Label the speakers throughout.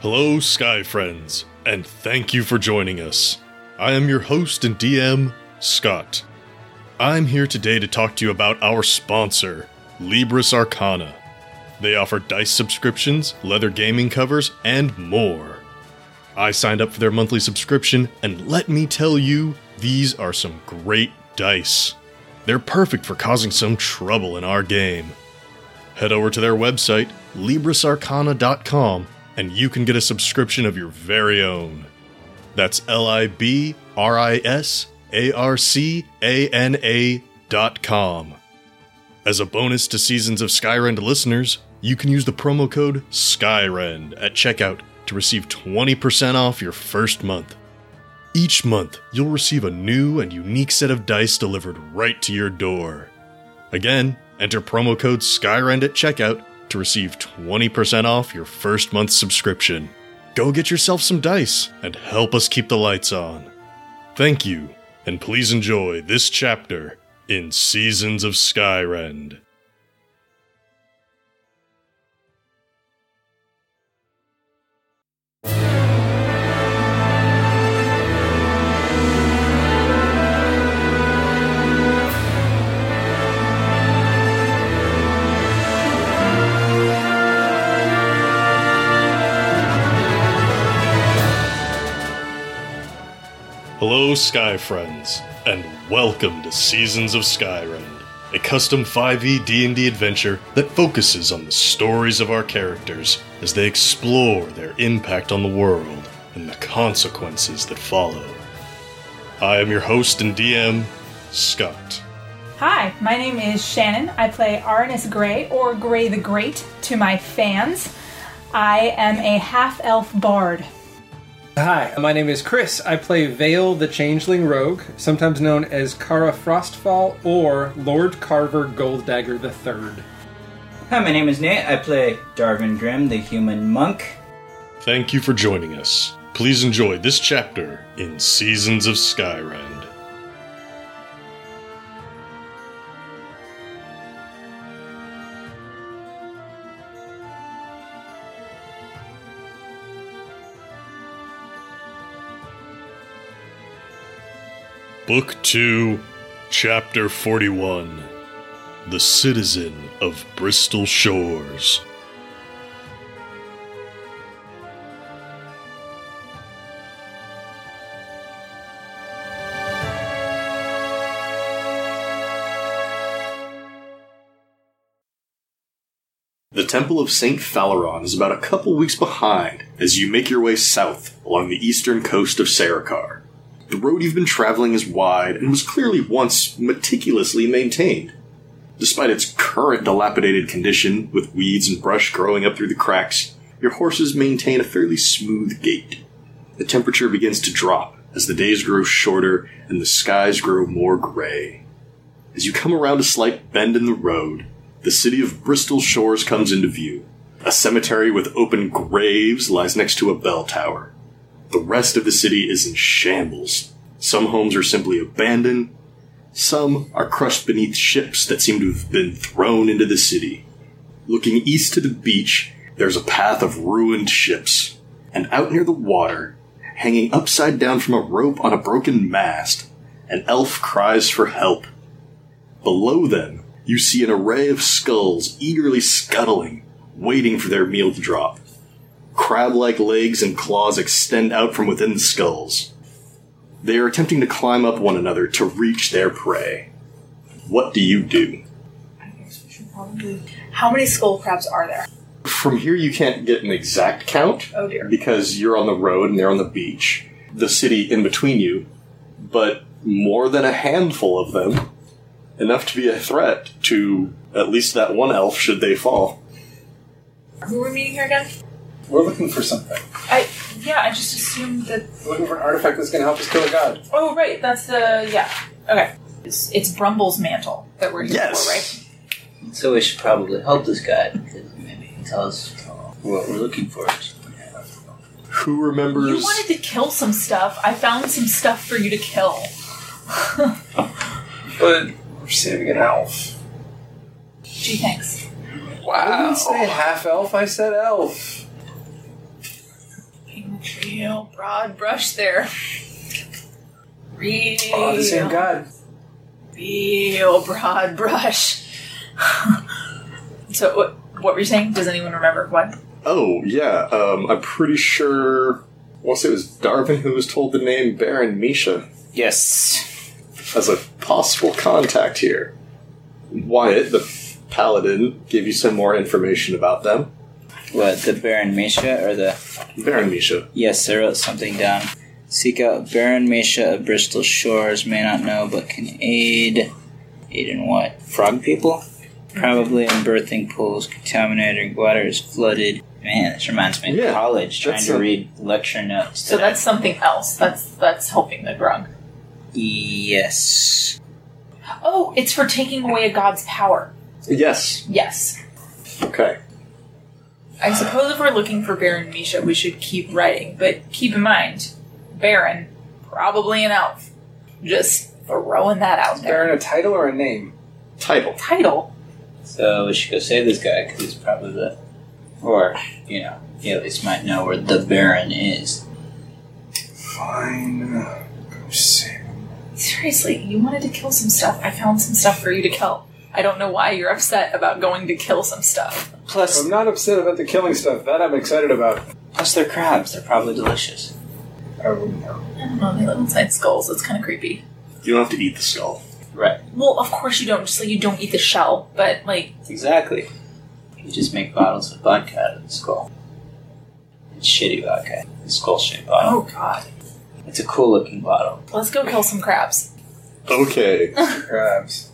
Speaker 1: Hello, Sky Friends, and thank you for joining us. I am your host and DM, Scott. I'm here today to talk to you about our sponsor, Libris Arcana. They offer dice subscriptions, leather gaming covers, and more. I signed up for their monthly subscription, and let me tell you, these are some great dice. They're perfect for causing some trouble in our game. Head over to their website, librisarcana.com, and you can get a subscription of your very own. That's L I B R I S A R C A N A dot com. As a bonus to Seasons of Skyrend listeners, you can use the promo code SKYREND at checkout to receive 20% off your first month. Each month, you'll receive a new and unique set of dice delivered right to your door. Again, enter promo code SKYREND at checkout to receive 20% off your first month's subscription. Go get yourself some dice and help us keep the lights on. Thank you, and please enjoy this chapter in Seasons of Skyrend. Hello, Sky Friends, and welcome to Seasons of Skyrend, a custom E 5e D&D adventure that focuses on the stories of our characters as they explore their impact on the world and the consequences that follow. I am your host and DM, Scott.
Speaker 2: Hi, my name is Shannon. I play Arnis Grey, or Grey the Great, to my fans. I am a half elf bard.
Speaker 3: Hi, my name is Chris. I play Vale the Changeling Rogue, sometimes known as Kara Frostfall or Lord Carver Goldagger III.
Speaker 4: Hi, my name is Nate. I play Darvin Grim, the human monk.
Speaker 1: Thank you for joining us. Please enjoy this chapter in Seasons of Skyrend. Book 2, Chapter 41 The Citizen of Bristol Shores.
Speaker 5: The Temple of St. Phaleron is about a couple weeks behind as you make your way south along the eastern coast of Sarakar. The road you've been traveling is wide and was clearly once meticulously maintained. Despite its current dilapidated condition, with weeds and brush growing up through the cracks, your horses maintain a fairly smooth gait. The temperature begins to drop as the days grow shorter and the skies grow more gray. As you come around a slight bend in the road, the city of Bristol Shores comes into view. A cemetery with open graves lies next to a bell tower. The rest of the city is in shambles. Some homes are simply abandoned, some are crushed beneath ships that seem to have been thrown into the city. Looking east to the beach, there's a path of ruined ships. And out near the water, hanging upside down from a rope on a broken mast, an elf cries for help. Below them, you see an array of skulls eagerly scuttling, waiting for their meal to drop. Crab like legs and claws extend out from within the skulls. They are attempting to climb up one another to reach their prey. What do you do?
Speaker 6: How many skull crabs are there?
Speaker 5: From here, you can't get an exact count
Speaker 6: Oh, dear.
Speaker 5: because you're on the road and they're on the beach, the city in between you, but more than a handful of them, enough to be a threat to at least that one elf should they fall.
Speaker 6: Who are we meeting here again?
Speaker 3: We're looking for something.
Speaker 6: I yeah, I just assumed that.
Speaker 3: We're looking for an artifact that's going to help us kill a god.
Speaker 6: Oh right, that's the yeah. Okay, it's it's Brumble's mantle that we're here for, right?
Speaker 7: So we should probably help this guy because maybe he can tell us what we're looking for.
Speaker 5: Who remembers?
Speaker 6: You wanted to kill some stuff. I found some stuff for you to kill.
Speaker 3: But we're saving an elf.
Speaker 6: Gee, thanks.
Speaker 3: Wow. I didn't say half elf, I said elf.
Speaker 6: Real broad brush there. Real.
Speaker 3: Oh, the same god.
Speaker 6: Real broad brush. so what? What were you saying? Does anyone remember what?
Speaker 5: Oh, yeah. Um, I'm pretty sure. I want to say it was Darwin who was told the name Baron Misha
Speaker 8: Yes.
Speaker 5: as a possible contact here. Wyatt, the paladin, gave you some more information about them.
Speaker 8: What, the Baron Mesha or the.
Speaker 5: Baron Misha.
Speaker 8: Yes, I wrote something down. Seek out Baron Mesha of Bristol Shores, may not know, but can aid. Aid in what? Frog people? Probably in birthing pools, contaminated water is flooded. Man, this reminds me of
Speaker 5: Yeah,
Speaker 8: college, trying
Speaker 5: that's
Speaker 8: to
Speaker 5: a-
Speaker 8: read lecture notes.
Speaker 6: So
Speaker 8: that I-
Speaker 6: that's something else. That's that's helping the grung.
Speaker 8: Yes.
Speaker 6: Oh, it's for taking away a god's power.
Speaker 5: Yes.
Speaker 6: Yes.
Speaker 5: Okay.
Speaker 6: I suppose if we're looking for Baron Misha, we should keep writing, but keep in mind, Baron, probably an elf. Just throwing that out there.
Speaker 9: Baron, a title or a name?
Speaker 5: Title.
Speaker 6: Title.
Speaker 8: So we should go save this guy because he's probably the, or you know, he at least might know where the Baron is.
Speaker 9: Fine. uh, Go save.
Speaker 6: Seriously, you wanted to kill some stuff. I found some stuff for you to kill. I don't know why you're upset about going to kill some stuff.
Speaker 8: Plus,
Speaker 9: I'm not upset about the killing stuff. That I'm excited about.
Speaker 8: plus they're crabs. They're probably delicious.
Speaker 9: I wouldn't know.
Speaker 6: I don't know, they live inside skulls. It's kind of creepy.
Speaker 5: You don't have to eat the skull.
Speaker 8: Right.
Speaker 6: Well, of course you don't, just like you don't eat the shell, but like,
Speaker 8: Exactly. You just make bottles of vodka out of the skull. It's shitty vodka. It's skull shaped bottle.
Speaker 6: oh god.
Speaker 8: It's a cool looking bottle.
Speaker 6: Let's go kill some crabs.
Speaker 5: Okay.
Speaker 9: Crabs.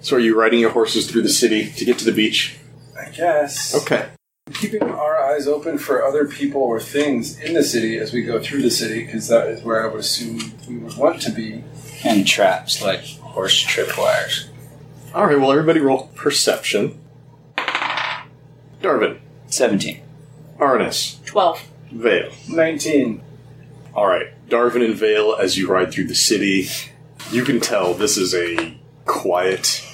Speaker 5: so are you riding your horses through the city to get to the beach?
Speaker 9: I guess.
Speaker 5: Okay.
Speaker 9: Keeping our eyes open for other people or things in the city as we go through the city, because that is where I would assume we would want to be.
Speaker 8: And traps like horse tripwires.
Speaker 5: All right. Well, everybody roll perception. Darvin,
Speaker 8: Seventeen.
Speaker 5: Arnis,
Speaker 6: 12.
Speaker 5: Vale.
Speaker 9: 19.
Speaker 5: All right, Darvin and Vale, as you ride through the city, you can tell this is a quiet,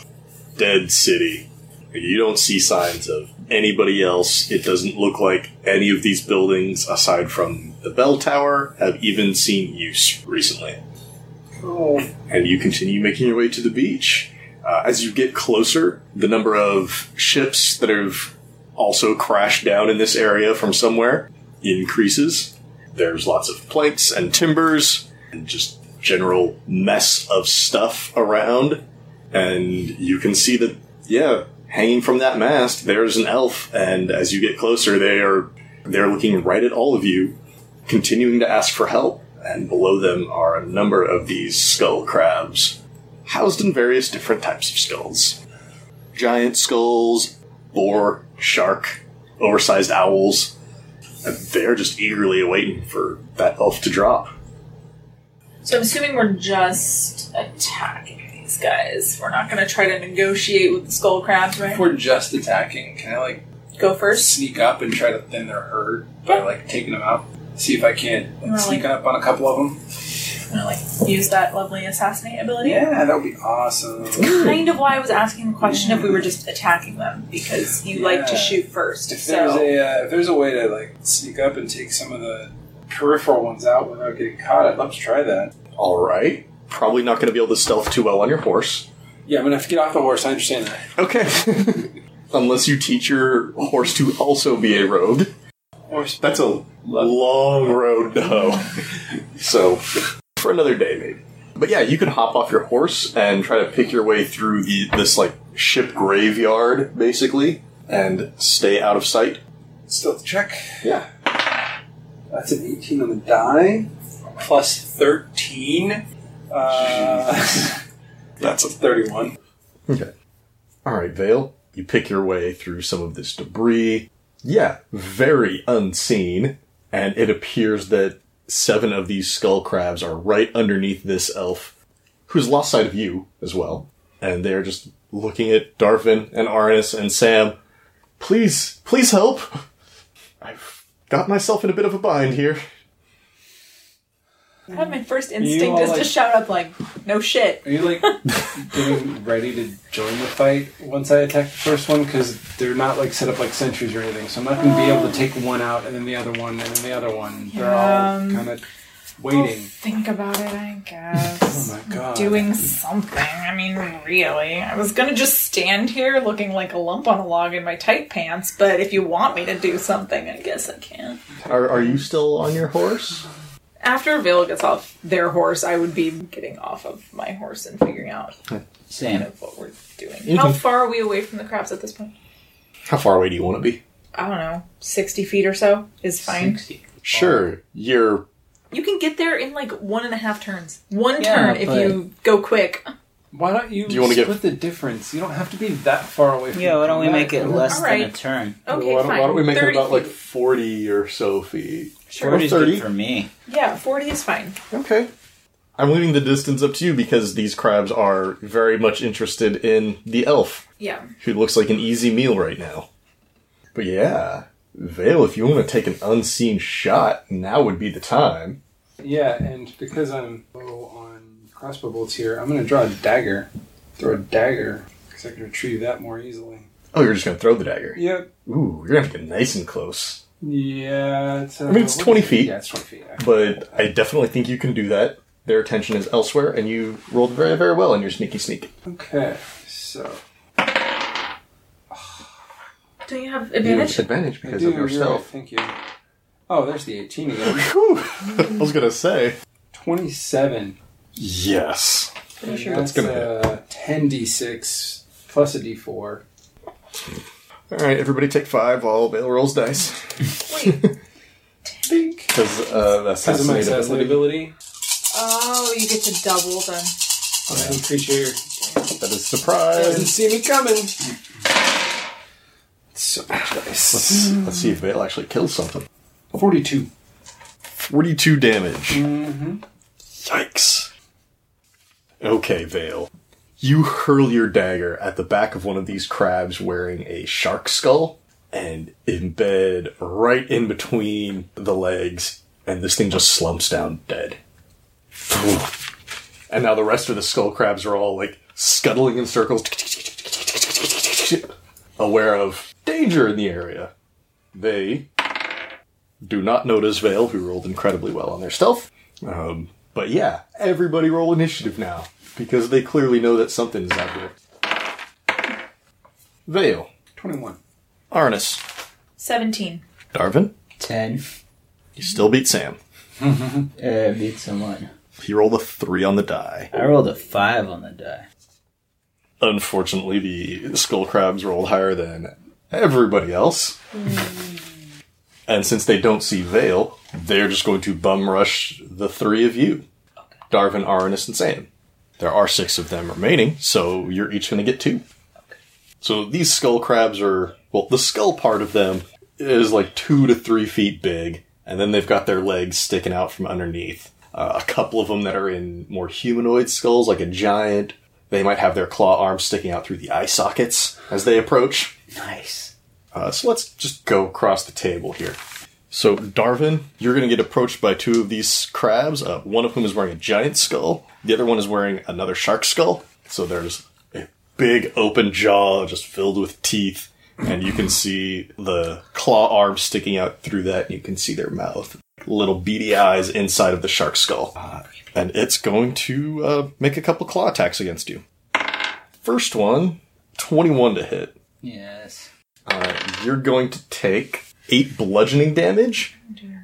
Speaker 5: dead city. You don't see signs of anybody else. It doesn't look like any of these buildings, aside from the bell tower, have even seen use recently.
Speaker 9: Cool.
Speaker 5: And you continue making your way to the beach. Uh, as you get closer, the number of ships that have also crashed down in this area from somewhere increases. There's lots of planks and timbers and just general mess of stuff around. And you can see that, yeah, hanging from that mast, there's an elf. And as you get closer, they are they're looking right at all of you, continuing to ask for help. And below them are a number of these skull crabs, housed in various different types of skulls: giant skulls, boar, shark, oversized owls. And they're just eagerly awaiting for that elf to drop.
Speaker 6: So I'm assuming we're just attacking these guys. We're not going to try to negotiate with the skull crabs,
Speaker 9: If
Speaker 6: right?
Speaker 9: we're just attacking, can I, like,
Speaker 6: Go first.
Speaker 9: sneak up and try to thin their herd by, like, taking them out? See if I can't like,
Speaker 6: Really?
Speaker 9: sneak up on a couple of them?
Speaker 6: I'm gonna like use that lovely assassinate ability.
Speaker 9: Yeah, that would be awesome.
Speaker 6: Kind of why I was asking the question if we were just attacking them because you like to
Speaker 9: Yeah.
Speaker 6: shoot first.
Speaker 9: If there's
Speaker 6: so
Speaker 9: a uh, if there's a way to like sneak up and take some of the peripheral ones out without getting caught, I'd love to try that.
Speaker 5: All right. Probably not going to be able to stealth too well on your horse.
Speaker 9: Yeah, I'm gonna have to get off the horse. I understand that.
Speaker 5: Okay. Unless you teach your horse to also be a rogue.
Speaker 9: Horse.
Speaker 5: That's a long road to hoe. so, for another day, maybe. But yeah, you can hop off your horse and try to pick your way through the this like ship graveyard, basically, and stay out of sight.
Speaker 9: Stealth check.
Speaker 5: Yeah.
Speaker 9: That's an 18 on the die, plus 13. Uh,
Speaker 5: That's a
Speaker 9: 31.
Speaker 5: Okay. All right, Vale. You pick your way through some of this debris. Yeah, very unseen. And it appears that seven of these skull crabs are right underneath this elf, who's lost sight of you as well. And they're just looking at Darvin and Arnis and Sam. Please, please help! I've got myself in a bit of a bind here.
Speaker 2: I had my first
Speaker 9: You all,
Speaker 2: instinct is to
Speaker 9: like-
Speaker 2: shout up like, "No shit!"
Speaker 9: Are you like getting ready to join the fight once I attack the first one? Because they're not like set up like sentries or anything, so I'm not going to be able to take one out and then the other one and then the other one. They're all
Speaker 2: Yeah.
Speaker 9: kind of waiting.
Speaker 2: Think about it, I
Speaker 9: Oh
Speaker 2: guess.
Speaker 9: my god!
Speaker 2: Doing something. I mean, really. I was gonna just stand here looking like a lump on a log in my tight pants, but if you want me to do something, I guess I can.
Speaker 5: Are, are you still on your horse?
Speaker 2: After Vale gets off their horse, I would be getting off of my horse and figuring out kind
Speaker 8: Same.
Speaker 2: of what we're doing. How far are we away from the crabs at this point?
Speaker 5: How far away do you want to be?
Speaker 2: I don't know, 60 feet or so is fine.
Speaker 8: 60.
Speaker 5: Sure, you're
Speaker 2: You can get there in like one and a half turns. One
Speaker 8: Yeah,
Speaker 2: turn if
Speaker 8: but-
Speaker 2: you go quick.
Speaker 9: Why don't you,
Speaker 5: Do you wanna get-
Speaker 9: split the difference? You don't have to be that far away. from
Speaker 8: Yeah, why don't we
Speaker 9: the
Speaker 8: make it
Speaker 9: back.
Speaker 8: less than a
Speaker 2: Alright.
Speaker 8: turn?
Speaker 2: Okay,
Speaker 5: why, don't,
Speaker 2: fine.
Speaker 5: why don't we make it
Speaker 2: 30
Speaker 5: about like
Speaker 2: feet.
Speaker 5: 40 or so feet?
Speaker 2: Sure.
Speaker 5: Or
Speaker 8: 40 is good
Speaker 5: 30?
Speaker 8: for me.
Speaker 2: Yeah, 40 is fine.
Speaker 5: Okay. I'm leaving the distance up to you because these crabs are very much interested in the elf,
Speaker 2: Yeah.
Speaker 5: who looks like an easy meal right now. But yeah, Vale, if you want to take an unseen shot, now would be the time.
Speaker 9: Yeah, and because I'm low on crossbow bolts here, I'm going to draw a dagger. Throw a dagger because I can retrieve that more easily.
Speaker 5: Oh, you're just going to throw the dagger.
Speaker 9: Yep.
Speaker 5: Ooh, you're going to have to get nice and close.
Speaker 9: Yeah. It's, uh,
Speaker 5: mean, it's 20 feet.
Speaker 9: Yeah, it's 20 feet. yeah.
Speaker 5: But I definitely think you can do that. Their attention is elsewhere, and you rolled very, very well in your sneaky sneak.
Speaker 9: Okay, so
Speaker 2: Do you have
Speaker 5: You
Speaker 2: advantage?
Speaker 5: have advantage
Speaker 9: I
Speaker 5: because
Speaker 9: do,
Speaker 5: of your
Speaker 9: you're right,
Speaker 5: stealth.
Speaker 9: Thank you. Oh, there's the 18 again.
Speaker 5: Whew. I was going to say.
Speaker 9: 27.
Speaker 5: Yes.
Speaker 9: Pretty
Speaker 2: sure.
Speaker 9: that's,
Speaker 5: That's gonna
Speaker 9: uh, 10d6 plus a d4.
Speaker 5: All right, everybody take five while Vale rolls dice.
Speaker 2: Wait.
Speaker 9: Think.
Speaker 5: Because uh, that's
Speaker 9: Because of my assassin
Speaker 5: ability.
Speaker 9: ability,
Speaker 2: Oh, you get to double them.
Speaker 9: that creature
Speaker 5: That is surprise.
Speaker 9: doesn't see me coming. So much dice.
Speaker 5: Let's, let's see if Vale actually kills something.
Speaker 9: 42.
Speaker 5: 42 damage. Yikes. Okay, Vale. You hurl your dagger at the back of one of these crabs wearing a shark skull and embed right in between the legs, and this thing just slumps down dead. And now the rest of the skull crabs are all like scuttling in circles, aware of danger in the area. They do not notice Vale, who rolled incredibly well on their stealth. Um, but yeah, everybody roll initiative now because they clearly know that something's out here. Vale,
Speaker 9: 21.
Speaker 5: Arnis,
Speaker 2: 17.
Speaker 5: Darvin,
Speaker 8: 10.
Speaker 5: you still beat Sam.
Speaker 8: Uh, beat someone.
Speaker 5: He rolled a three on the die.
Speaker 8: I rolled a 5 on the die.
Speaker 5: Unfortunately, the skull crabs rolled higher than everybody else. and since they don't see Vale, they're just going to bum rush the three of you Darvin, Arnis, and Sam. There are six of them remaining, so you're each going to get two. So these skull crabs are, well, the skull part of them is like two to three feet big, and then they've got their legs sticking out from underneath. Uh, a couple of them that are in more humanoid skulls, like a giant. They might have their claw arms sticking out through the eye sockets as they approach.
Speaker 8: Nice.
Speaker 5: Uh, so let's just go across the table here. So, Darvin, you're going to get approached by two of these crabs, uh, one of whom is wearing a giant skull, the other one is wearing another shark skull. So, there's a big open jaw just filled with teeth, and you can see the claw arms sticking out through that, and you can see their mouth, little beady eyes inside of the shark skull. Uh, and it's going to uh, make a couple claw attacks against you. First one, 21 to hit.
Speaker 8: Yes.
Speaker 5: Uh, you're going to take eight bludgeoning damage,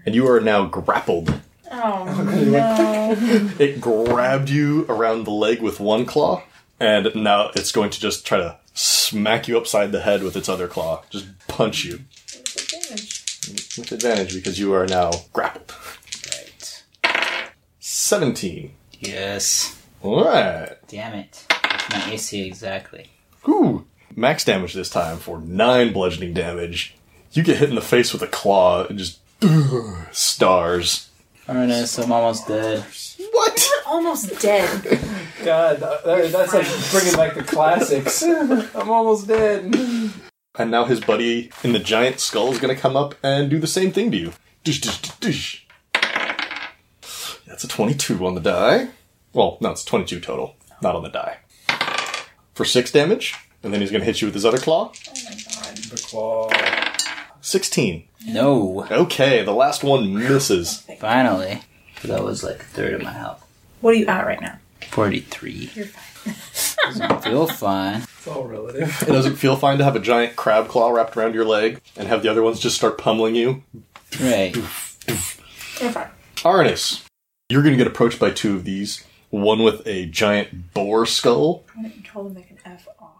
Speaker 5: and you are now grappled.
Speaker 2: Oh,
Speaker 5: It grabbed you around the leg with one claw, and now it's going to just try to smack you upside the head with its other claw. Just punch you
Speaker 2: advantage.
Speaker 5: with advantage because you are now grappled.
Speaker 8: Right.
Speaker 5: 17.
Speaker 8: Yes.
Speaker 5: Alright.
Speaker 8: Damn it. That's my AC exactly.
Speaker 5: Ooh. Max damage this time for nine bludgeoning damage. You get hit in the face with a claw and just stars.
Speaker 8: Ernest, I'm almost dead.
Speaker 5: What?
Speaker 2: Almost dead.
Speaker 9: God, that, that's like bringing back the classics. I'm almost dead.
Speaker 5: And now his buddy in the giant skull is going to come up and do the same thing to you. Dish, dish, dish, dish. That's a 22 on the die. Well, no, it's 22 total, not on the die. For 6 damage, and then he's going to hit you with his other claw.
Speaker 9: The claw.
Speaker 5: 16.
Speaker 8: No.
Speaker 5: Okay, the last one misses.
Speaker 8: Finally. That was like a third of my health.
Speaker 6: What are you at right now?
Speaker 8: 43. You're fine. Feel fine.
Speaker 9: It's all relative.
Speaker 5: It doesn't feel fine to have a giant crab claw wrapped around your leg and have the other ones just start pummeling you.
Speaker 8: Right.
Speaker 6: You're fine.
Speaker 5: Arnis, you're going to get approached by two of these. One with a giant boar skull,
Speaker 6: I'm gonna control to make an F off.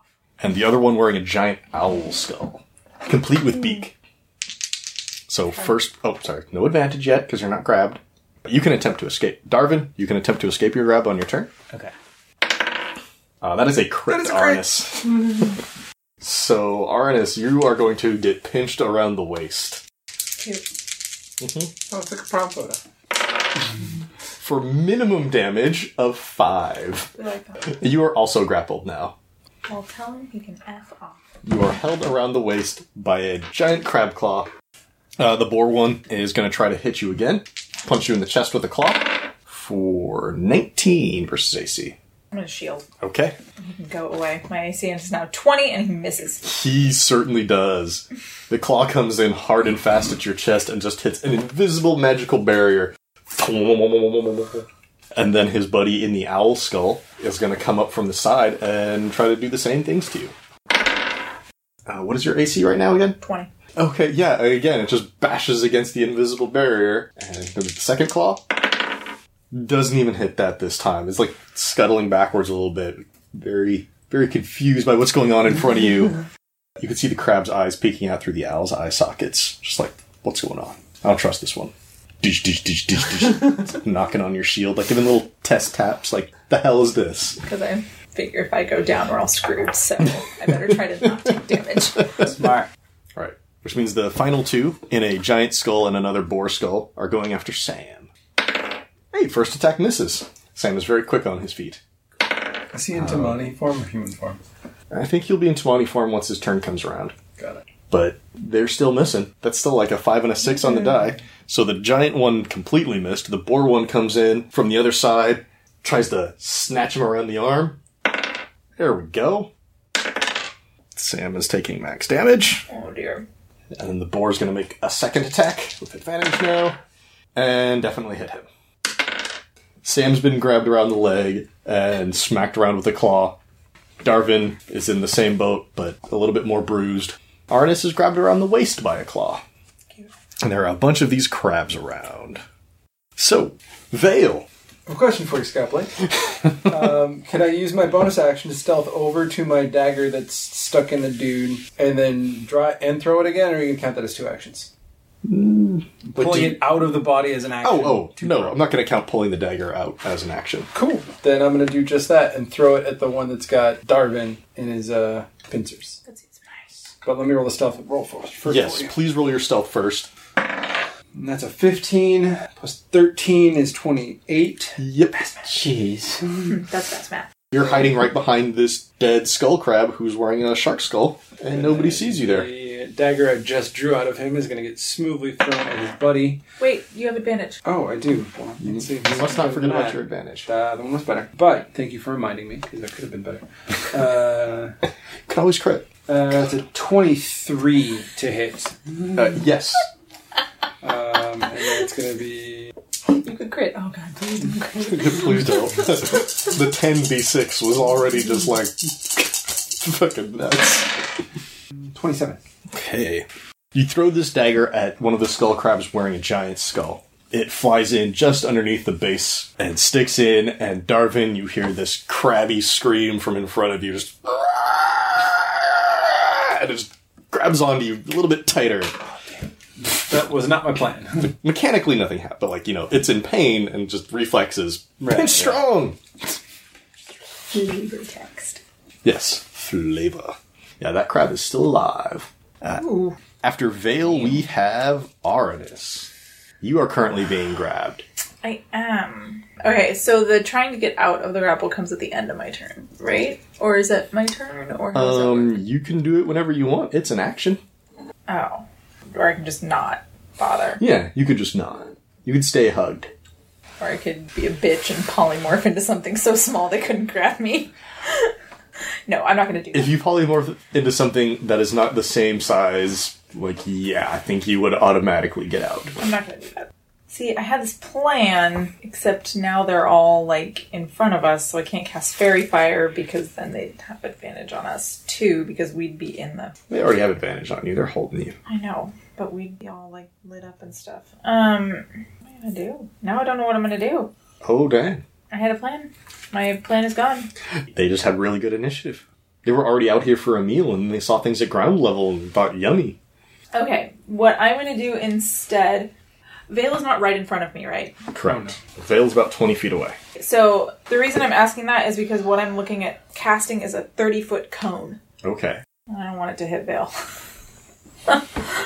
Speaker 5: and the other one wearing a giant owl skull, complete with beak. So first, oh sorry, no advantage yet because you're not grabbed. But you can attempt to escape. Darvin, you can attempt to escape your grab on your turn.
Speaker 8: Okay.
Speaker 5: Uh, that is a crit, Arnis. so Arnis, you are going to get pinched around the waist Mm-hmm.
Speaker 6: Cute.
Speaker 9: Oh, it's like a prom photo.
Speaker 5: for minimum damage of five.
Speaker 6: I like that.
Speaker 5: You are also grappled now.
Speaker 6: Well, tell him he can F off.
Speaker 5: You are held around the waist by a giant crab claw. Uh, the boar one is going to try to hit you again. Punch you in the chest with a claw for 19 versus AC.
Speaker 6: I'm gonna shield.
Speaker 5: Okay.
Speaker 6: He can go away. My ACM is now 20 and he misses.
Speaker 5: He certainly does. The claw comes in hard and fast at your chest and just hits an invisible magical barrier. And then his buddy in the owl skull is going to come up from the side and try to do the same things to you. Uh, what is your AC right now again?
Speaker 6: 20.
Speaker 5: Okay, yeah, again, it just bashes against the invisible barrier. And the second claw doesn't even hit that this time. It's like scuttling backwards a little bit. Very, very confused by what's going on in front of you. you can see the crab's eyes peeking out through the owl's eye sockets. Just like, what's going on? I don't trust this one. Dish, dish, dish, dish, dish. It's knocking on your shield, like giving little test taps, like, the hell is this?
Speaker 6: Because I figure if I go down, we're all screwed. So I better try to not take damage.
Speaker 8: Smart.
Speaker 5: All right. Which means the final two in a giant skull and another boar skull are going after Sam. Hey, first attack misses. Sam is very quick on his feet.
Speaker 9: Is he in Tamani form or human form?
Speaker 5: I think he'll be in Tamani form once his turn comes around.
Speaker 9: Got it.
Speaker 5: But they're still missing. That's still like a five and a six on the die. So the giant one completely missed. The boar one comes in from the other side, tries to snatch him around the arm. There we go. Sam is taking max damage.
Speaker 6: Oh dear.
Speaker 5: And then the boar's going to make a second attack with advantage now. And definitely hit him. Sam's been grabbed around the leg and smacked around with a claw. Darvin is in the same boat, but a little bit more bruised. Arnis is grabbed around the waist by a claw. And there are a bunch of these crabs around. So, Vale.
Speaker 9: A question for you, Scott Blake. um, can I use my bonus action to stealth over to my dagger that's stuck in the dude and then draw and throw it again, or you can count that as two actions?
Speaker 5: But
Speaker 9: Pulling
Speaker 5: do-
Speaker 9: it out of the body as an action.
Speaker 5: oh, oh, no, I'm not going to count pulling the dagger out as an action.
Speaker 9: Ah, Cool. Then I'm gonna do just that and throw it at the one that's got Darvin in his uh, pincers.
Speaker 6: That seems nice.
Speaker 9: But let me roll the stealth roll first. first
Speaker 5: Yes,
Speaker 9: for you.
Speaker 5: please roll your stealth first.
Speaker 9: And that's a 15 plus 13 is 28.
Speaker 5: Yep. Jeez.
Speaker 6: That's fast math.
Speaker 5: You're hiding right behind this dead skull crab who's wearing a shark skull, and nobody sees you there.
Speaker 9: The dagger I just drew out of him is gonna get smoothly thrown at his buddy.
Speaker 6: Wait, you have advantage.
Speaker 9: Oh, I do. Well, let's see.
Speaker 5: You must not forget about your advantage.
Speaker 9: Uh, the one was better. But thank you for reminding me because that could have been better. Uh,
Speaker 5: Could always crit.
Speaker 9: uh, it's a 23 to hit.
Speaker 5: Uh, yes.
Speaker 9: Um, and then it's going to be.
Speaker 6: You could crit. Oh god, please don't crit.
Speaker 5: Please don't. the 10d6 was already just like fucking nuts.
Speaker 9: 27.
Speaker 5: Okay. You throw this dagger at one of the skull crabs wearing a giant skull. It flies in just underneath the base and sticks in, and Darvin, you hear this crabby scream from in front of you, just. And it just grabs onto you a little bit tighter.
Speaker 9: That was not my plan.
Speaker 5: mechanically nothing happened, but like you know, it's in pain and just reflexes. Pinch strong.
Speaker 6: Flavor text.
Speaker 5: Yes, flavor. Yeah, that crab is still alive. Uh, after Vale, we have Aranus. You are currently being grabbed.
Speaker 6: I am. Okay, so the trying to get out of the grapple comes at the end of my turn, right? Or is it my turn? Or how does that
Speaker 5: Um, you can do it whenever you want. It's an action.
Speaker 6: work? Oh. Or I can just not bother.
Speaker 5: Yeah, you could just not. You could stay hugged.
Speaker 6: Or I could be a bitch and polymorph into something so small they couldn't grab me. no, I'm not going to do
Speaker 5: If
Speaker 6: that.
Speaker 5: you polymorph into something that is not the same size, like, yeah, I think you would automatically get out.
Speaker 6: I'm not going to do that. See, I had this plan, except now they're all like in front of us, so I can't cast fairy fire because then they'd have advantage on us too, because we'd be in the
Speaker 5: They already have advantage on you, they're holding you.
Speaker 6: I know, but we'd be all like lit up and stuff. Um, what am I gonna do? Now I don't know what I'm gonna do.
Speaker 5: Oh, dang.
Speaker 6: I had a plan. My plan is gone.
Speaker 5: They just had really good initiative. They were already out here for a meal and they saw things at ground level and thought, yummy.
Speaker 6: Okay, what I'm gonna do instead. Veil is not right in front of me, right?
Speaker 5: Correct. The veil's about 20 feet away.
Speaker 6: So the reason I'm asking that is because what I'm looking at casting is a 30 foot cone.
Speaker 5: Okay.
Speaker 6: I don't want it to hit Veil.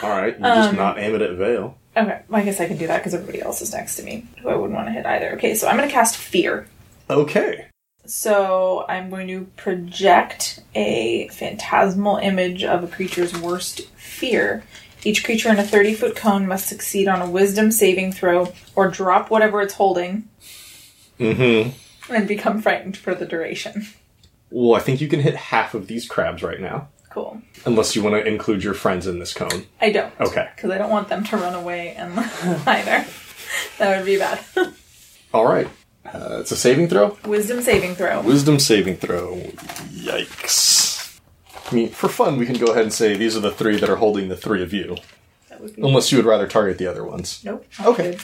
Speaker 5: Alright, you just not aim it at Veil.
Speaker 6: Okay, well, I guess I can do that because everybody else is next to me, who I wouldn't want to hit either. Okay, so I'm gonna cast Fear.
Speaker 5: Okay.
Speaker 6: So I'm going to project a phantasmal image of a creature's worst fear. Each creature in a 30 foot cone must succeed on a wisdom saving throw or drop whatever it's holding
Speaker 5: Mm hmm.
Speaker 6: and become frightened for the duration.
Speaker 5: Well, I think you can hit half of these crabs right now,
Speaker 6: Cool.
Speaker 5: unless you want to include your friends in this cone.
Speaker 6: I don't.
Speaker 5: Okay.
Speaker 6: Because I don't want them to run away and either. That would be bad.
Speaker 5: Alright. Uh, it's a saving throw?
Speaker 6: wisdom saving throw.
Speaker 5: Wisdom saving throw. Yikes. I mean, for fun, we can go ahead and say these are the three that are holding the three of you.
Speaker 6: That would be.
Speaker 5: Unless you would rather target the other ones.
Speaker 6: Nope. not
Speaker 5: Okay.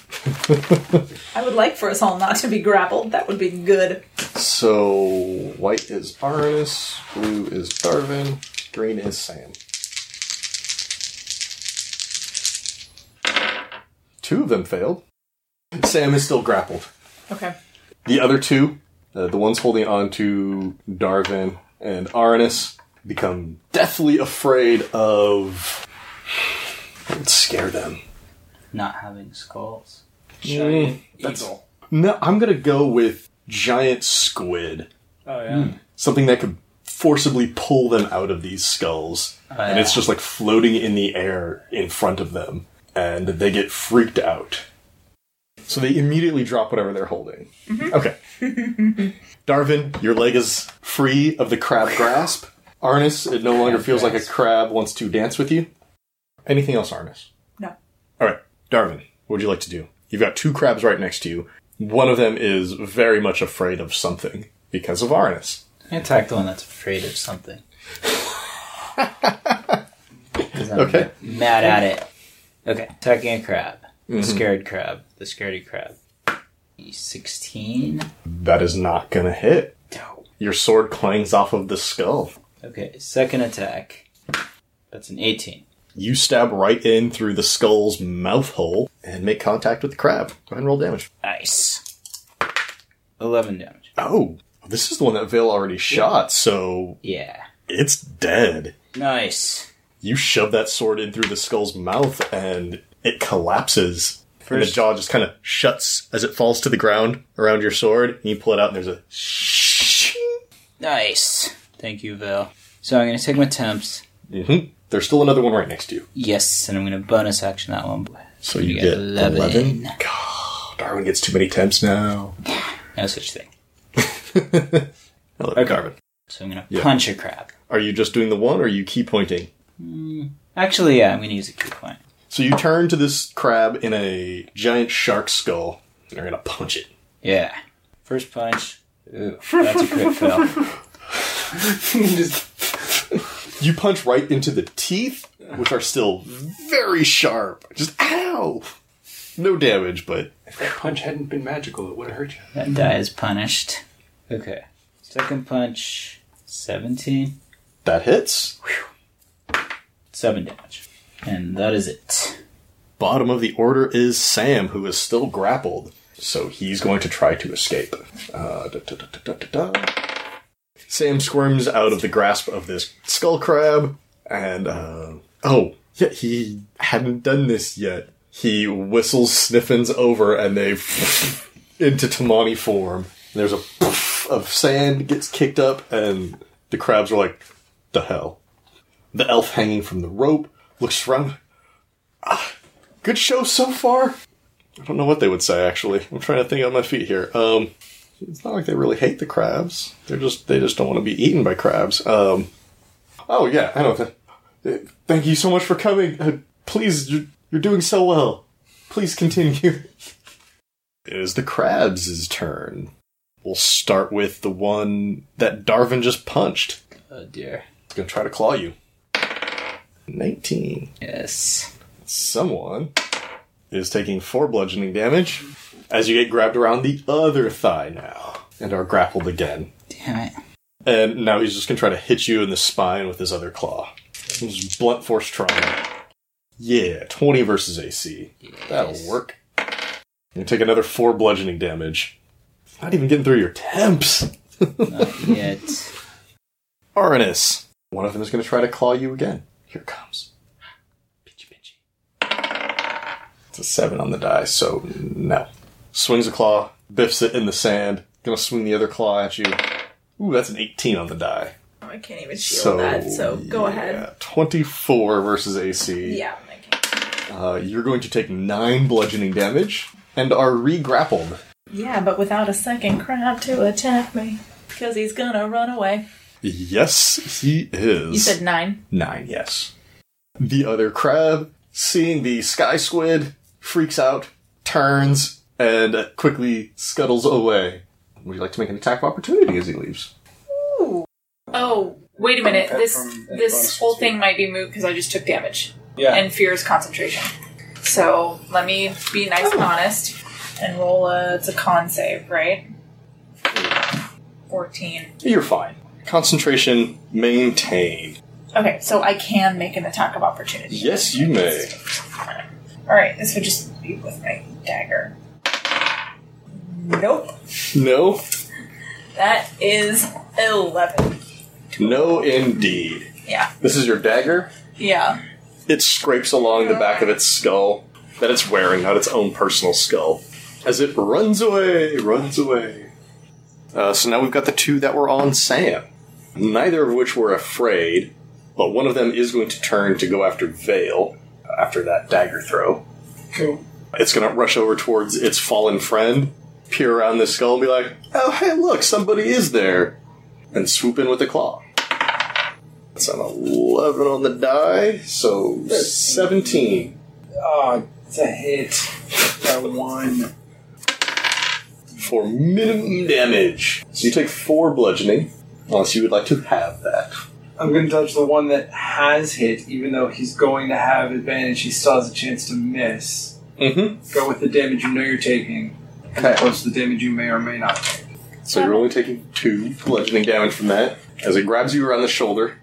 Speaker 6: good. I would like for us all not to be grappled. That would be good.
Speaker 5: So, white is Arnis, blue is Darvin, green is Sam. Two of them failed. Sam is still grappled.
Speaker 6: Okay.
Speaker 5: The other two, uh, the ones holding on to Darvin and Arnis, become deathly afraid of. What would scare them?
Speaker 8: Not having skulls.
Speaker 9: Giant
Speaker 5: that's-
Speaker 9: eagle.
Speaker 5: No, I'm gonna go with giant squid.
Speaker 9: Oh yeah.
Speaker 5: something that could forcibly pull them out of these skulls.
Speaker 9: Oh,
Speaker 5: and it's just like floating in the air in front of them. And they get freaked out. So they immediately drop whatever they're holding. Okay. Darvin, your leg is free of the crab grasp. Arnis, it no longer feels like a crab wants to dance with you. Anything else, Arnis?
Speaker 6: No.
Speaker 5: All right, Darwin, what would you like to do? You've got two crabs right next to you. One of them is very much afraid of something because of Arnis.
Speaker 8: I attack the one that's afraid of something. 'Cause I'm
Speaker 5: Okay.
Speaker 8: Mad at it. Okay, Mm-hmm. attacking a crab. Scared crab. The scaredy crab. 16.
Speaker 5: That is not going to hit.
Speaker 8: Dope.
Speaker 5: Your sword clangs off of the skull.
Speaker 8: Okay, second attack. That's an 18.
Speaker 5: You stab right in through the skull's mouth hole and make contact with the crab. Go ahead and roll damage.
Speaker 8: Nice. 11 damage.
Speaker 5: Oh, this is the one that Vale already shot, so
Speaker 8: Yeah.
Speaker 5: it's dead.
Speaker 8: Nice.
Speaker 5: You shove that sword in through the skull's mouth and it collapses. and the
Speaker 8: First-
Speaker 5: jaw just kind of shuts as it falls to the ground around your sword. And you pull it out and there's a
Speaker 8: Nice. Thank you, Val. So I'm going to take my temps.
Speaker 5: Mm-hmm. There's still another one right next to you.
Speaker 8: Yes, and I'm going to bonus action that one.
Speaker 5: So you,
Speaker 8: You
Speaker 5: get
Speaker 8: get
Speaker 5: 11.
Speaker 8: 11.
Speaker 5: God, Darwin gets too many temps now.
Speaker 8: No such thing.
Speaker 5: I love Darwin.
Speaker 8: So I'm going to
Speaker 5: Yeah.
Speaker 8: punch a crab.
Speaker 5: Are you just doing the one or are you key pointing?
Speaker 8: Actually, yeah, I'm going to use a key point.
Speaker 5: So you turn to this crab in a giant shark skull and you're going to punch it.
Speaker 8: Yeah. First punch. Ooh, that's a crit fail.
Speaker 5: You punch right into the teeth, which are still very sharp. Just ow! No damage, but
Speaker 9: If that punch hadn't been magical, it would have hurt you.
Speaker 8: That die is punished. Okay. Second punch. 17.
Speaker 5: that hits.
Speaker 8: 7 damage. And that is it.
Speaker 5: Bottom of the order is Sam, who is still grappled. So he's going to try to escape. Uh, da, da, da, da, da, da, da. Sam squirms out of the grasp of this skull crab, and uh, oh, yeah, he hadn't done this yet. He whistles Sniffins over, and they into Tamani form. There's a poof of sand gets kicked up, and the crabs are like, "The hell!" The elf hanging from the rope looks around. Good show so far. I don't know what they would say actually. I'm trying to think on my feet here. Um, it's not like they really hate the crabs. They're just they just don't want to be eaten by crabs. Um, oh yeah, I know. Th- th- Thank you so much for coming. Uh, please, you're, you're doing so well. Please continue. It is the crabs' turn. We'll start with the one that Darvin just punched.
Speaker 9: Oh dear.
Speaker 5: It's gonna try to claw you. 19.
Speaker 8: Yes.
Speaker 5: Someone is taking four bludgeoning damage as you get grabbed around the other thigh now and are grappled again.
Speaker 8: Damn it.
Speaker 5: And now he's just gonna try to hit you in the spine with his other claw. Just blunt force trauma. Yeah, 20 versus AC. That'll work. You take another four bludgeoning damage. Not even getting through your temps.
Speaker 8: Not yet.
Speaker 5: Arnis. One of them is going to try to claw you again. Here it comes. Pinchy, pinchy. It's a seven on the die, so no. Swings a claw, biffs it in the sand. Going to swing the other claw at you. Ooh, that's an 18 on the die.
Speaker 6: Oh, I can't even shield that, so go ahead.
Speaker 5: yeah, 24 versus AC.
Speaker 6: Yeah. I can't.
Speaker 5: Uh, you're going to take nine bludgeoning damage and are re grappled.
Speaker 6: Yeah, but without a second crab to attack me. Because he's gonna run away.
Speaker 5: Yes, he is.
Speaker 6: You said nine.
Speaker 5: Nine, yes. The other crab, seeing the sky squid, freaks out, turns, and quickly scuttles away. Would you like to make an attack of opportunity as he leaves?
Speaker 6: Oh, wait a minute.
Speaker 9: From-
Speaker 6: This
Speaker 9: from-
Speaker 6: this whole thing might be moved because I just took damage.
Speaker 9: Yeah.
Speaker 6: And fear is concentration. So let me be nice and honest and roll a it's a con save, right? Fourteen.
Speaker 5: You're fine. Concentration maintained.
Speaker 6: Okay, so I can make an attack of opportunity.
Speaker 5: Yes, you may.
Speaker 6: Alright, this would just be with my dagger. Nope.
Speaker 5: No,
Speaker 6: That is eleven.
Speaker 5: no, indeed.
Speaker 6: Yeah.
Speaker 5: This is your dagger.
Speaker 6: Yeah.
Speaker 5: It scrapes along the back of its skull that it's wearing, not its own personal skull, as it runs away, runs away. Uh, so now we've got the two that were on Sam, neither of which were afraid, but one of them is going to turn to go after Vale after that dagger throw.
Speaker 9: Cool.
Speaker 5: It's going to rush over towards its fallen friend, peer around the skull, and be like, oh, hey, look, somebody is there, and swoop in with a claw. That's an 11 on the die, so 17.
Speaker 9: Oh, it's a hit. I won.
Speaker 5: for minimum damage. So you take four bludgeoning, unless you would like to have that.
Speaker 9: I'm going to dodge the one that has hit, even though he's going to have advantage. He still has a chance to miss.
Speaker 5: Mm-hmm.
Speaker 9: Go with the damage you know you're taking,
Speaker 5: Okay.
Speaker 9: as opposed to the damage you may or may not take.
Speaker 5: So you're only taking two bludgeoning damage from that. As it grabs you around the shoulder,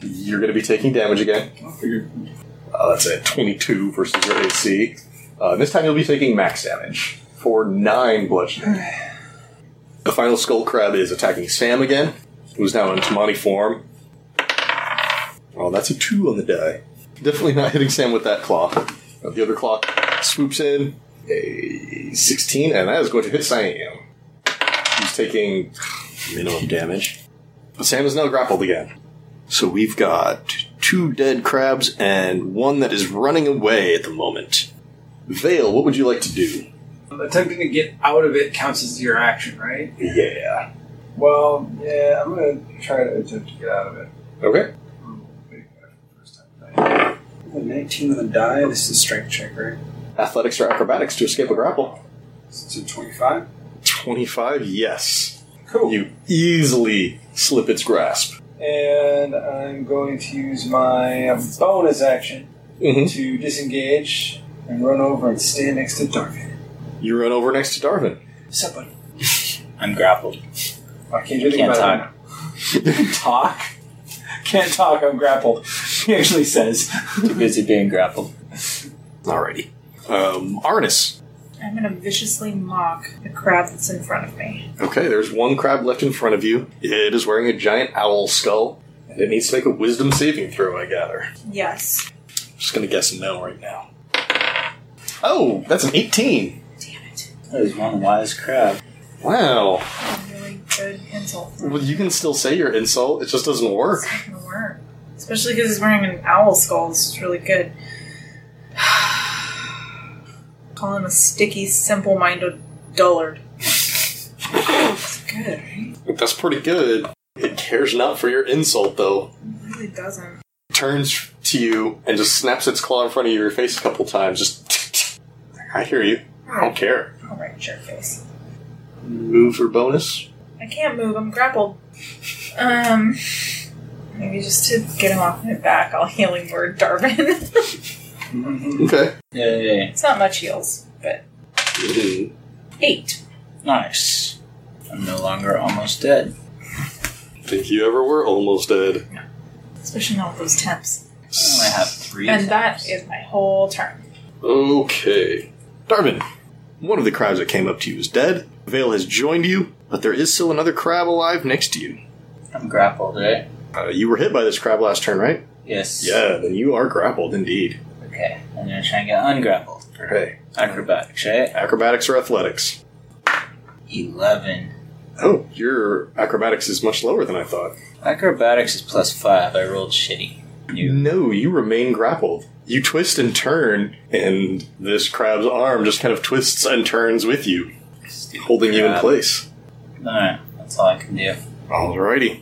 Speaker 5: you're going to be taking damage again.
Speaker 9: I figured.
Speaker 5: Uh, that's at 22 versus your AC. Uh, this time you'll be taking max damage for nine bludgeoning. the final skull crab is attacking Sam again, who's now in Tamani form. Oh, that's a two on the die. Definitely not hitting Sam with that claw. Uh, The other claw swoops in a 16, and that is going to hit Sam. He's taking minimum damage. But Sam is now grappled again. So we've got two dead crabs and one that is running away at the moment. Vale, what would you like to do?
Speaker 9: Attempting to get out of it counts as your action, right?
Speaker 5: Yeah.
Speaker 9: Well, yeah, I'm going to try to attempt to get out of it.
Speaker 5: Okay.
Speaker 9: The 19 on the die, this is strength check, right?
Speaker 5: Athletics or acrobatics to escape a grapple.
Speaker 9: It's a 25.
Speaker 5: 25, yes.
Speaker 9: Cool.
Speaker 5: You easily slip its grasp.
Speaker 9: And I'm going to use my bonus action
Speaker 5: Mm-hmm.
Speaker 9: to disengage and run over and stand next to Darvin.
Speaker 5: You run over next to Darvin.
Speaker 9: Somebody.
Speaker 8: I'm grappled.
Speaker 9: I can't do anything
Speaker 8: Can't
Speaker 9: about it. talk. Can't talk, I'm grappled. He actually says.
Speaker 8: Too busy being grappled.
Speaker 5: Alrighty. Um, Arnis.
Speaker 6: I'm gonna viciously mock the crab that's in front of me.
Speaker 5: Okay, there's one crab left in front of you. It is wearing a giant owl skull. And it needs to make a wisdom saving throw, I gather.
Speaker 6: Yes.
Speaker 5: Just gonna guess no right now. Oh, that's an 18.
Speaker 8: That is one wise crab.
Speaker 5: Wow.
Speaker 6: A really good insult.
Speaker 5: Well, you can still say your insult, it just doesn't work.
Speaker 6: It's not gonna work. Especially because he's wearing an owl skull. It's really good. Call him a sticky, simple minded dullard. It's good, right?
Speaker 5: That's pretty good. It cares not for your insult, though.
Speaker 6: It really doesn't.
Speaker 5: Turns to you and just snaps its claw in front of your face a couple times. Just, I hear you. I don't care.
Speaker 6: Alright, jerk face.
Speaker 5: Move for bonus.
Speaker 6: I can't move, I'm grappled. Um maybe just to get him off my back, I'll healing word Darvin.
Speaker 5: Okay.
Speaker 8: Yeah, yeah, yeah.
Speaker 6: it's not much heals, but eight.
Speaker 8: Nice. I'm no longer almost dead.
Speaker 5: Think you ever were almost dead?
Speaker 6: Especially not with those temps.
Speaker 8: I only have three.
Speaker 6: And that
Speaker 8: attacks.
Speaker 6: is my whole turn.
Speaker 5: Okay.
Speaker 3: Darvin, one of the crabs that came up to you is dead. Vale has joined you, but there is still another crab alive next to you.
Speaker 8: I'm grappled, right?
Speaker 3: Uh, you were hit by this crab last turn, right?
Speaker 8: Yes.
Speaker 3: Yeah, then you are grappled indeed.
Speaker 8: Okay. I'm gonna try and get ungrappled.
Speaker 3: Okay.
Speaker 8: Acrobatics, right?
Speaker 3: Acrobatics or athletics?
Speaker 8: Eleven.
Speaker 3: Oh, your acrobatics is much lower than I thought.
Speaker 8: Acrobatics is plus five. I rolled shitty. You.
Speaker 3: No, you remain grappled. You twist and turn, and this crab's arm just kind of twists and turns with you, holding you in
Speaker 8: crab.
Speaker 3: place.
Speaker 8: Alright, that's all I can do.
Speaker 3: Alrighty.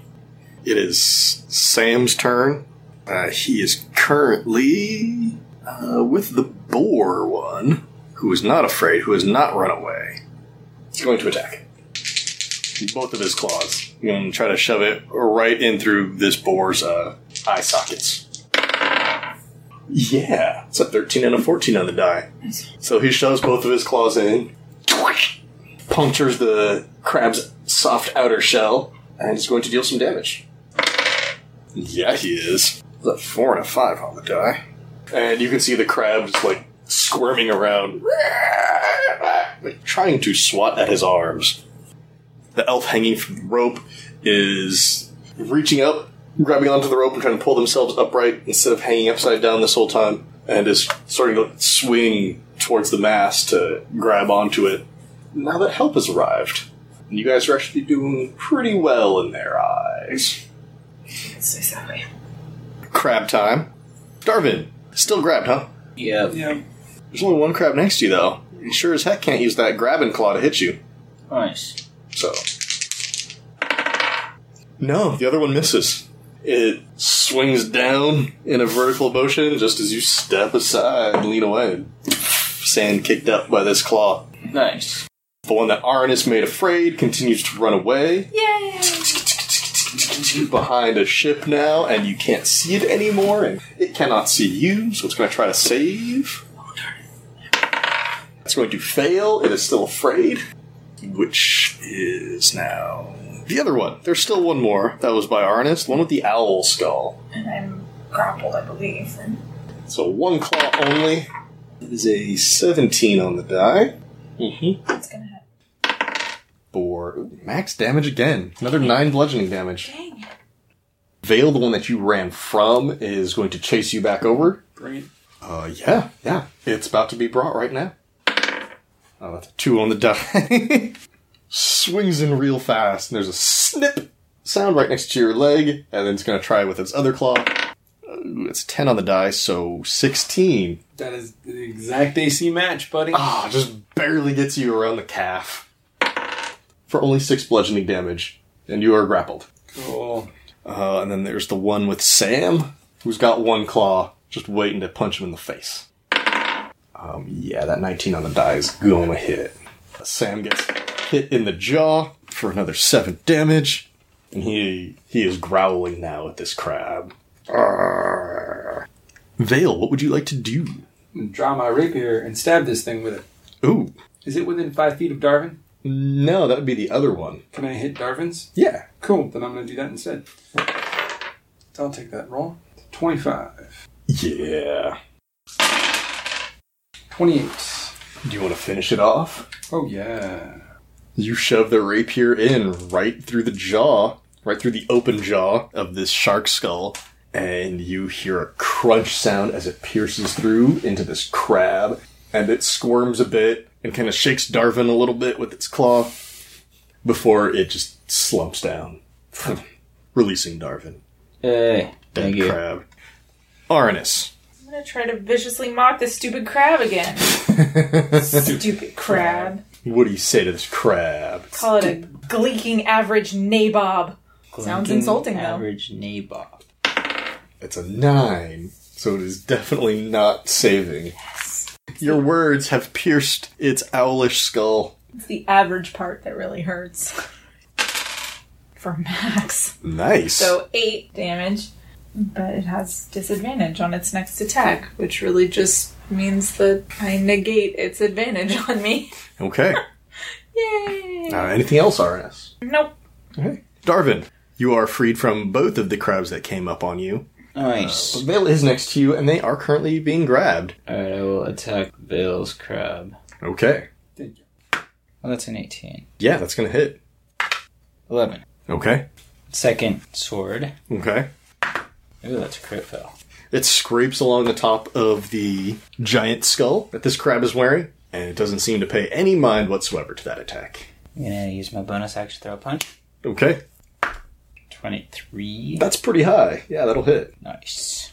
Speaker 3: It is Sam's turn. Uh, he is currently uh, with the boar one, who is not afraid, who has not run away. He's going to attack. Both of his claws. He's going to try to shove it right in through this boar's uh, eye sockets. Yeah, it's a 13 and a 14 on the die.
Speaker 5: So he shoves both of his claws in, punctures the crab's soft outer shell, and is going to deal some damage.
Speaker 3: Yeah, he is. It's a 4 and a 5 on the die.
Speaker 5: And you can see the crab just like squirming around,
Speaker 3: like trying to swat at his arms. The elf hanging from the rope is
Speaker 5: reaching up, grabbing onto the rope, and trying to pull themselves upright instead of hanging upside down this whole time, and is starting to swing towards the mast to grab onto it. Now that help has arrived, and you guys are actually doing pretty well in their eyes.
Speaker 6: It's so sorry.
Speaker 3: crab time. Darvin, still grabbed, huh?
Speaker 8: Yeah.
Speaker 9: Yeah.
Speaker 3: There's only one crab next to you, though. You sure as heck can't use that grabbing claw to hit you.
Speaker 8: Nice.
Speaker 3: So. No, the other one misses.
Speaker 5: It swings down in a vertical motion just as you step aside and lean away. Sand kicked up by this claw.
Speaker 8: Nice.
Speaker 5: The one that Arnis made afraid continues to run away.
Speaker 6: Yay!
Speaker 5: behind a ship now, and you can't see it anymore, and it cannot see you, so it's going to try to save. It's going to fail. It is still afraid.
Speaker 3: which is now the other one. There's still one more that was by Arnis, the one with the owl skull.
Speaker 6: And I'm grappled, I believe. And
Speaker 5: So one claw only. It is a 17 on the die.
Speaker 6: that's gonna happen.
Speaker 5: Four. Ooh, Max damage again. Another 9 bludgeoning damage.
Speaker 6: Dang it.
Speaker 5: Veil, the one that you ran from, is going to chase you back over.
Speaker 9: Bring it.
Speaker 5: Uh, yeah, yeah. It's about to be brought right now. Oh, that's a two on the die. Swings in real fast, and there's a snip sound right next to your leg, and then it's going to try with its other claw. Ooh, it's a 10 on the die, so 16.
Speaker 9: That is the exact AC match, buddy.
Speaker 5: Ah, just barely gets you around the calf. For only 6 bludgeoning damage, and you are grappled.
Speaker 9: Cool.
Speaker 5: Uh, and then there's the one with Sam, who's got one claw, just waiting to punch him in the face. Um, yeah, that 19 on the die is gonna hit. Sam gets hit in the jaw for another seven damage, and he he is growling now at this crab. Arrgh.
Speaker 3: Vale, what would you like to do?
Speaker 9: Draw my rapier and stab this thing with it.
Speaker 5: Ooh,
Speaker 9: Is it within five feet of Darvin?
Speaker 5: no, that would be the other one.
Speaker 9: Can I hit Darvin's?
Speaker 5: Yeah,
Speaker 9: Cool, then I'm going to do that instead. I'll take that roll. 25.
Speaker 5: yeah.
Speaker 9: 28.
Speaker 5: Do you want to finish it off?
Speaker 9: Oh, yeah.
Speaker 5: You shove the rapier in right through the jaw, right through the open jaw of this shark skull, and you hear a crunch sound as it pierces through into this crab, and it squirms a bit and kind of shakes Darvin a little bit with its claw before it just slumps down, releasing Darvin.
Speaker 8: Hey.
Speaker 5: Dead
Speaker 8: Thank you.
Speaker 5: crab. Arnis.
Speaker 6: I'm gonna try to viciously mock this stupid crab again. stupid crab.
Speaker 5: What do you say to this crab?
Speaker 6: Call it a gleeking average nabob. Sounds
Speaker 8: Blinking
Speaker 6: insulting, though.
Speaker 8: Average nabob.
Speaker 5: It's a nine, so it is definitely not saving. Your words have pierced its owlish skull.
Speaker 6: It's the average part that really hurts. For Max.
Speaker 5: Nice.
Speaker 6: So eight damage, but it has disadvantage on its next attack, which really just means that I negate its advantage on me.
Speaker 5: okay.
Speaker 6: Yay!
Speaker 5: Uh, anything else, RS?
Speaker 6: Nope.
Speaker 5: Okay. Darvin, you are freed from both of the crabs that came up on you.
Speaker 8: Nice.
Speaker 5: Vale is next to you, and they are currently being grabbed.
Speaker 3: Uh,
Speaker 8: Alright, I will attack Vale's crab.
Speaker 5: Okay.
Speaker 8: Well, that's an 18.
Speaker 5: Yeah, that's gonna hit.
Speaker 8: 11.
Speaker 5: Okay.
Speaker 8: Second sword.
Speaker 5: Okay.
Speaker 8: Ooh, that's a crit fail.
Speaker 5: It scrapes along the top of the giant skull that this crab is wearing, and it doesn't seem to pay any mind whatsoever to that attack.
Speaker 8: I'm gonna use my bonus action throw a punch.
Speaker 5: Okay.
Speaker 8: 23.
Speaker 5: That's pretty high. Yeah, that'll hit.
Speaker 8: Nice.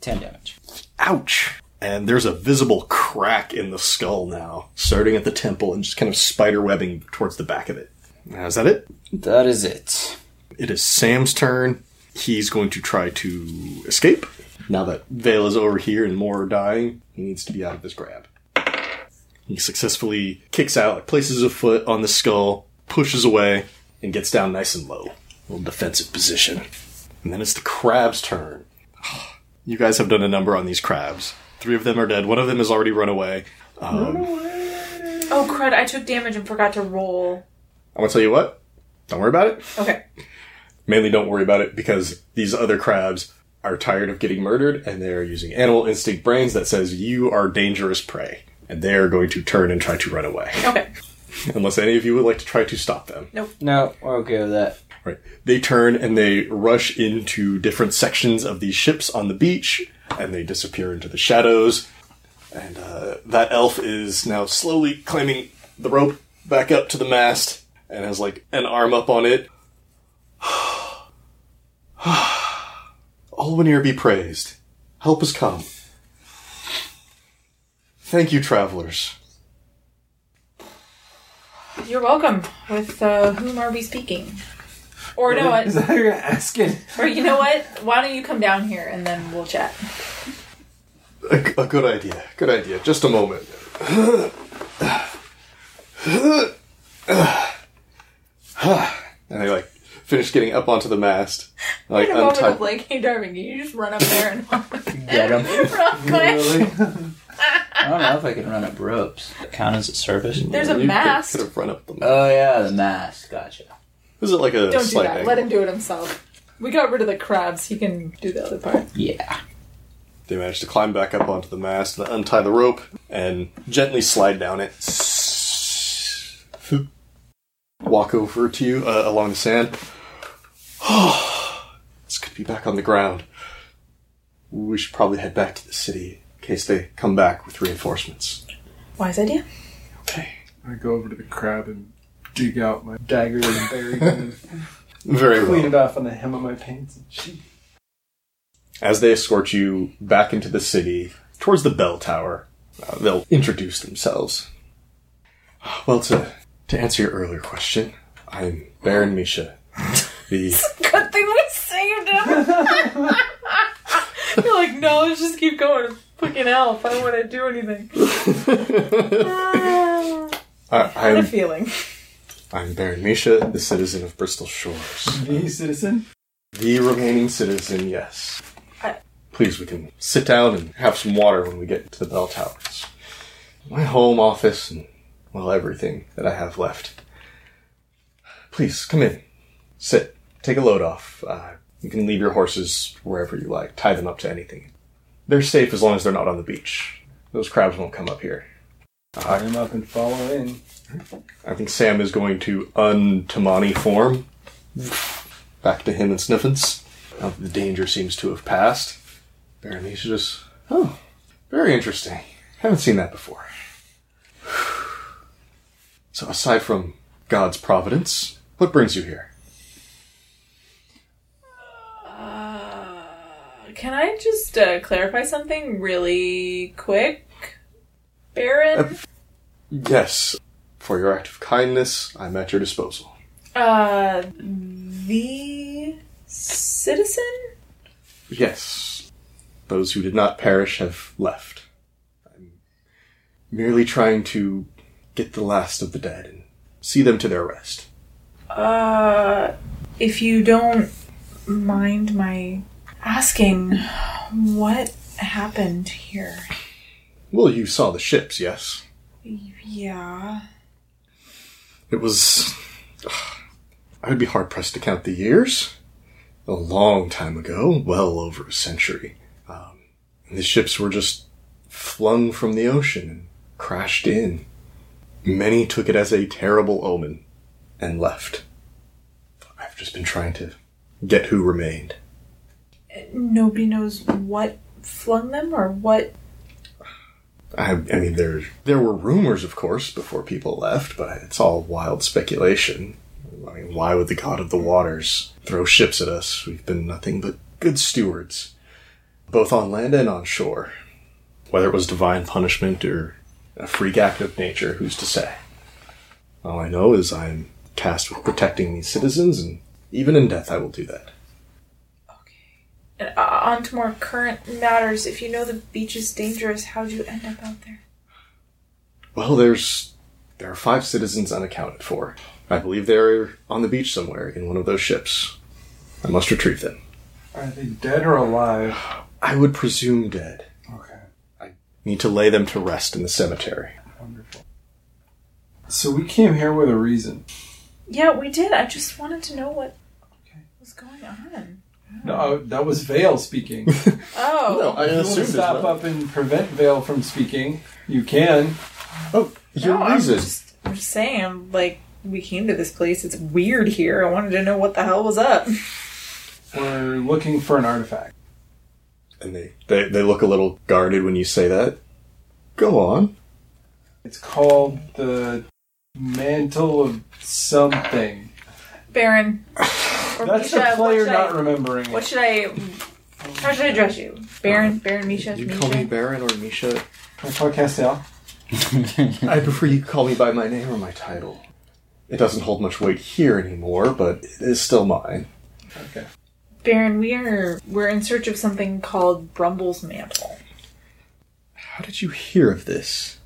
Speaker 8: 10 damage.
Speaker 5: Ouch! And there's a visible crack in the skull now, starting at the temple and just kind of spider webbing towards the back of it. Now, Is that it?
Speaker 8: That is it.
Speaker 5: It is Sam's turn. He's going to try to escape. Now that Vale is over here and more are dying, he needs to be out of this grab. He successfully kicks out, places a foot on the skull, pushes away, and gets down nice and low. little defensive position. And then it's the crab's turn. You guys have done a number on these crabs. Three of them are dead. One of them has already run away. Um,
Speaker 6: Oh crud, I took damage and forgot to roll.
Speaker 5: I'm going to tell you what. Don't worry about it.
Speaker 6: Okay.
Speaker 5: mainly don't worry about it because these other crabs are tired of getting murdered and they're using animal instinct brains that says you are dangerous prey and they are going to turn and try to run away
Speaker 6: Okay.
Speaker 5: unless any of you would like to try to stop them
Speaker 8: No, we're okay with that.
Speaker 5: right they turn and they rush into different sections of these ships on the beach and they disappear into the shadows and uh, that elf is now slowly climbing the rope back up to the mast and has like an arm up on it Alwynir be praised. Help has come. Thank you, travelers.
Speaker 6: You're welcome. With uh, whom are we speaking? Or no,
Speaker 9: Is
Speaker 6: what?
Speaker 9: that how you're asking?
Speaker 6: Or you know what? Why don't you come down here and then we'll chat?
Speaker 5: A, a good idea. Good idea. Just a moment. And they like finish getting up onto the mast. Like
Speaker 6: In a moment
Speaker 5: untie.
Speaker 6: of like, hey Darvin, can you just run up there and walk
Speaker 8: Get him.
Speaker 6: real quick?
Speaker 8: I don't know if I can run up ropes. Count as a service?
Speaker 6: There's a
Speaker 5: You could-
Speaker 6: mast.
Speaker 5: Could have run up the mast.
Speaker 8: Oh, yeah, the mask. Gotcha.
Speaker 5: Is it like a
Speaker 6: Don't do
Speaker 5: slight
Speaker 6: that.
Speaker 5: angle?
Speaker 6: Let him do it himself. We got rid of the crabs. He can do the other part.
Speaker 8: Yeah.
Speaker 5: They manage to climb back up onto the mast and untie the rope and gently slide down it. Walk over to you uh, along the sand. this could be back on the ground. We should probably head back to the city in case they come back with reinforcements.
Speaker 6: Wise idea.
Speaker 5: Okay.
Speaker 9: I go over to the crab and dig out my dagger and bury it and
Speaker 5: Very
Speaker 9: clean
Speaker 5: well.
Speaker 9: it off on the hem of my pants. And shit.
Speaker 5: As they escort you back into the city, towards the bell tower, uh, they'll introduce themselves. Well, to, to answer your earlier question, I'm Baron Misha. The,
Speaker 6: Good thing we saved him. You're like, no, let's just keep going. Fucking elf. I don't want to do anything. Ah,
Speaker 5: I,
Speaker 6: I had a
Speaker 5: I'm,
Speaker 6: feeling.
Speaker 5: I'm Baron Misha, the citizen of Bristol Shores.
Speaker 9: The citizen.
Speaker 5: The remaining citizen, yes.
Speaker 6: I-
Speaker 5: Please, we can sit down and have some water when we get to the bell towers. My home office and, well, everything that I have left. Please, come in. Sit. Take a load off. Uh, you can leave your horses wherever you like. Tie them up to anything. They're safe as long as they're not on the beach. Those crabs won't come up here.
Speaker 9: Climb up and follow in.
Speaker 5: I think Sam is going to untamani form. Back to him and Sniffins. Now that the danger seems to have passed. Berenice just, oh, very interesting. Haven't seen that before. So, aside from God's providence, what brings you here?
Speaker 6: Uh, Can I just uh, clarify something really quick, Baron?
Speaker 5: Yes. For your act of kindness, I'm at your disposal.
Speaker 6: Uh, the citizen?
Speaker 5: Yes. Those who did not perish have left. I'm merely trying to get the last of the dead and see them to their rest.
Speaker 6: Uh, if you don't mind my asking, what happened here?
Speaker 5: Well, you saw the ships, yes?
Speaker 6: Yeah.
Speaker 5: It was. I would be hard pressed to count the years. A long time ago, well over a century. Um, and the ships were just flung from the ocean and crashed in. Many took it as a terrible omen and left. I've just been trying to get who remained.
Speaker 6: Nobody knows what flung them or what.
Speaker 5: I, I mean, there there were rumors, of course, before people left, but it's all wild speculation. I mean, why would the god of the waters throw ships at us? We've been nothing but good stewards, both on land and on shore. Whether it was divine punishment or a freak act of nature, who's to say? All I know is I'm tasked with protecting these citizens, and even in death, I will do that.
Speaker 6: And, uh, on to more current matters. If you know the beach is dangerous, how'd you end up out there?
Speaker 5: Well, there's there are five citizens unaccounted for. I believe they're on the beach somewhere in one of those ships. I must retrieve them.
Speaker 9: Are they dead or alive?
Speaker 5: I would presume dead.
Speaker 9: Okay,
Speaker 5: Need to lay them to rest in the cemetery.
Speaker 9: wonderful. So we came here with a reason.
Speaker 6: Yeah, we did. I just wanted to know what
Speaker 9: Okay.
Speaker 6: was going on.
Speaker 9: No, that was Vale speaking. if
Speaker 6: Oh.
Speaker 5: I
Speaker 9: you want to stop up and prevent Vale from speaking, you can.
Speaker 5: Oh, your
Speaker 6: No, I'm
Speaker 5: reason.
Speaker 6: just, I'm just saying, like, we came to this place. It's weird here. I wanted to know what the hell was up.
Speaker 9: We're looking for an artifact.
Speaker 5: And they, they they look a little guarded when you say that. Go on.
Speaker 9: It's called the Mantle of Something.
Speaker 6: Baron. Or
Speaker 9: That's
Speaker 6: Misha,
Speaker 9: the player
Speaker 6: what should uh, I-
Speaker 9: not remembering
Speaker 6: What
Speaker 9: it.
Speaker 6: should I. How should I address you? Baron, Baron, Misha,
Speaker 5: You
Speaker 6: Misha.
Speaker 5: call me Baron or Misha.
Speaker 9: Can I call Castell?
Speaker 5: I prefer you call me by my name or my title. It doesn't hold much weight here anymore, but it is still mine.
Speaker 9: Okay.
Speaker 6: Baron, we are we're in search of something called Brumble's mantle.
Speaker 5: How did you hear of this?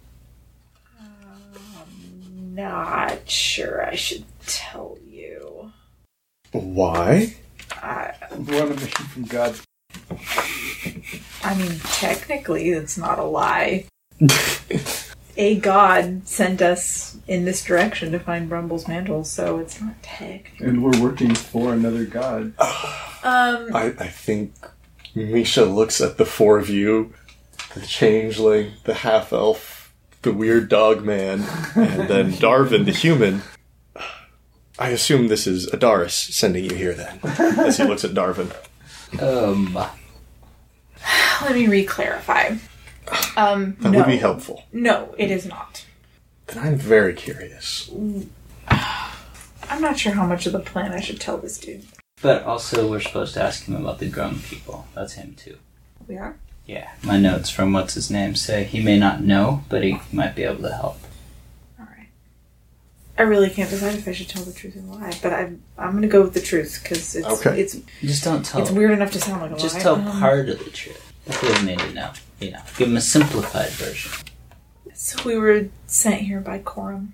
Speaker 6: Not sure I should tell you.
Speaker 5: Why?
Speaker 6: I,
Speaker 9: One of mission from God.
Speaker 6: I mean, technically, it's not a lie. a god sent us in this direction to find Brumble's mantle, so it's not tech.
Speaker 9: And we're working for another god.
Speaker 6: Um,
Speaker 5: I, I think Misha looks at the four of you the changeling, the half elf, the weird dog man, and then Darvin the human. I assume this is Adaris sending you here then, as he looks at Darvin.
Speaker 4: Um,
Speaker 6: let me re-clarify. Um,
Speaker 5: That
Speaker 6: no,
Speaker 5: would be helpful.
Speaker 6: no, it is not.
Speaker 5: Then I'm very curious.
Speaker 6: I'm not sure how much of the plan I should tell this dude.
Speaker 4: but also we're supposed to ask him about the Grum people. That's him too.
Speaker 6: We are.
Speaker 4: Yeah, my notes from what's his name say he may not know, but he might be able to help.
Speaker 6: Alright. I really can't decide if I should tell the truth and lie, but I'm I'm gonna go with the truth because it's
Speaker 5: Okay. Oh.
Speaker 6: it's
Speaker 4: Just don't tell.
Speaker 6: it's weird enough to sound like a
Speaker 4: Just
Speaker 6: lie.
Speaker 4: tell
Speaker 6: Um,
Speaker 4: part of the truth. That would made it know. You know, give him a simplified version,
Speaker 6: So we were sent here by Corum.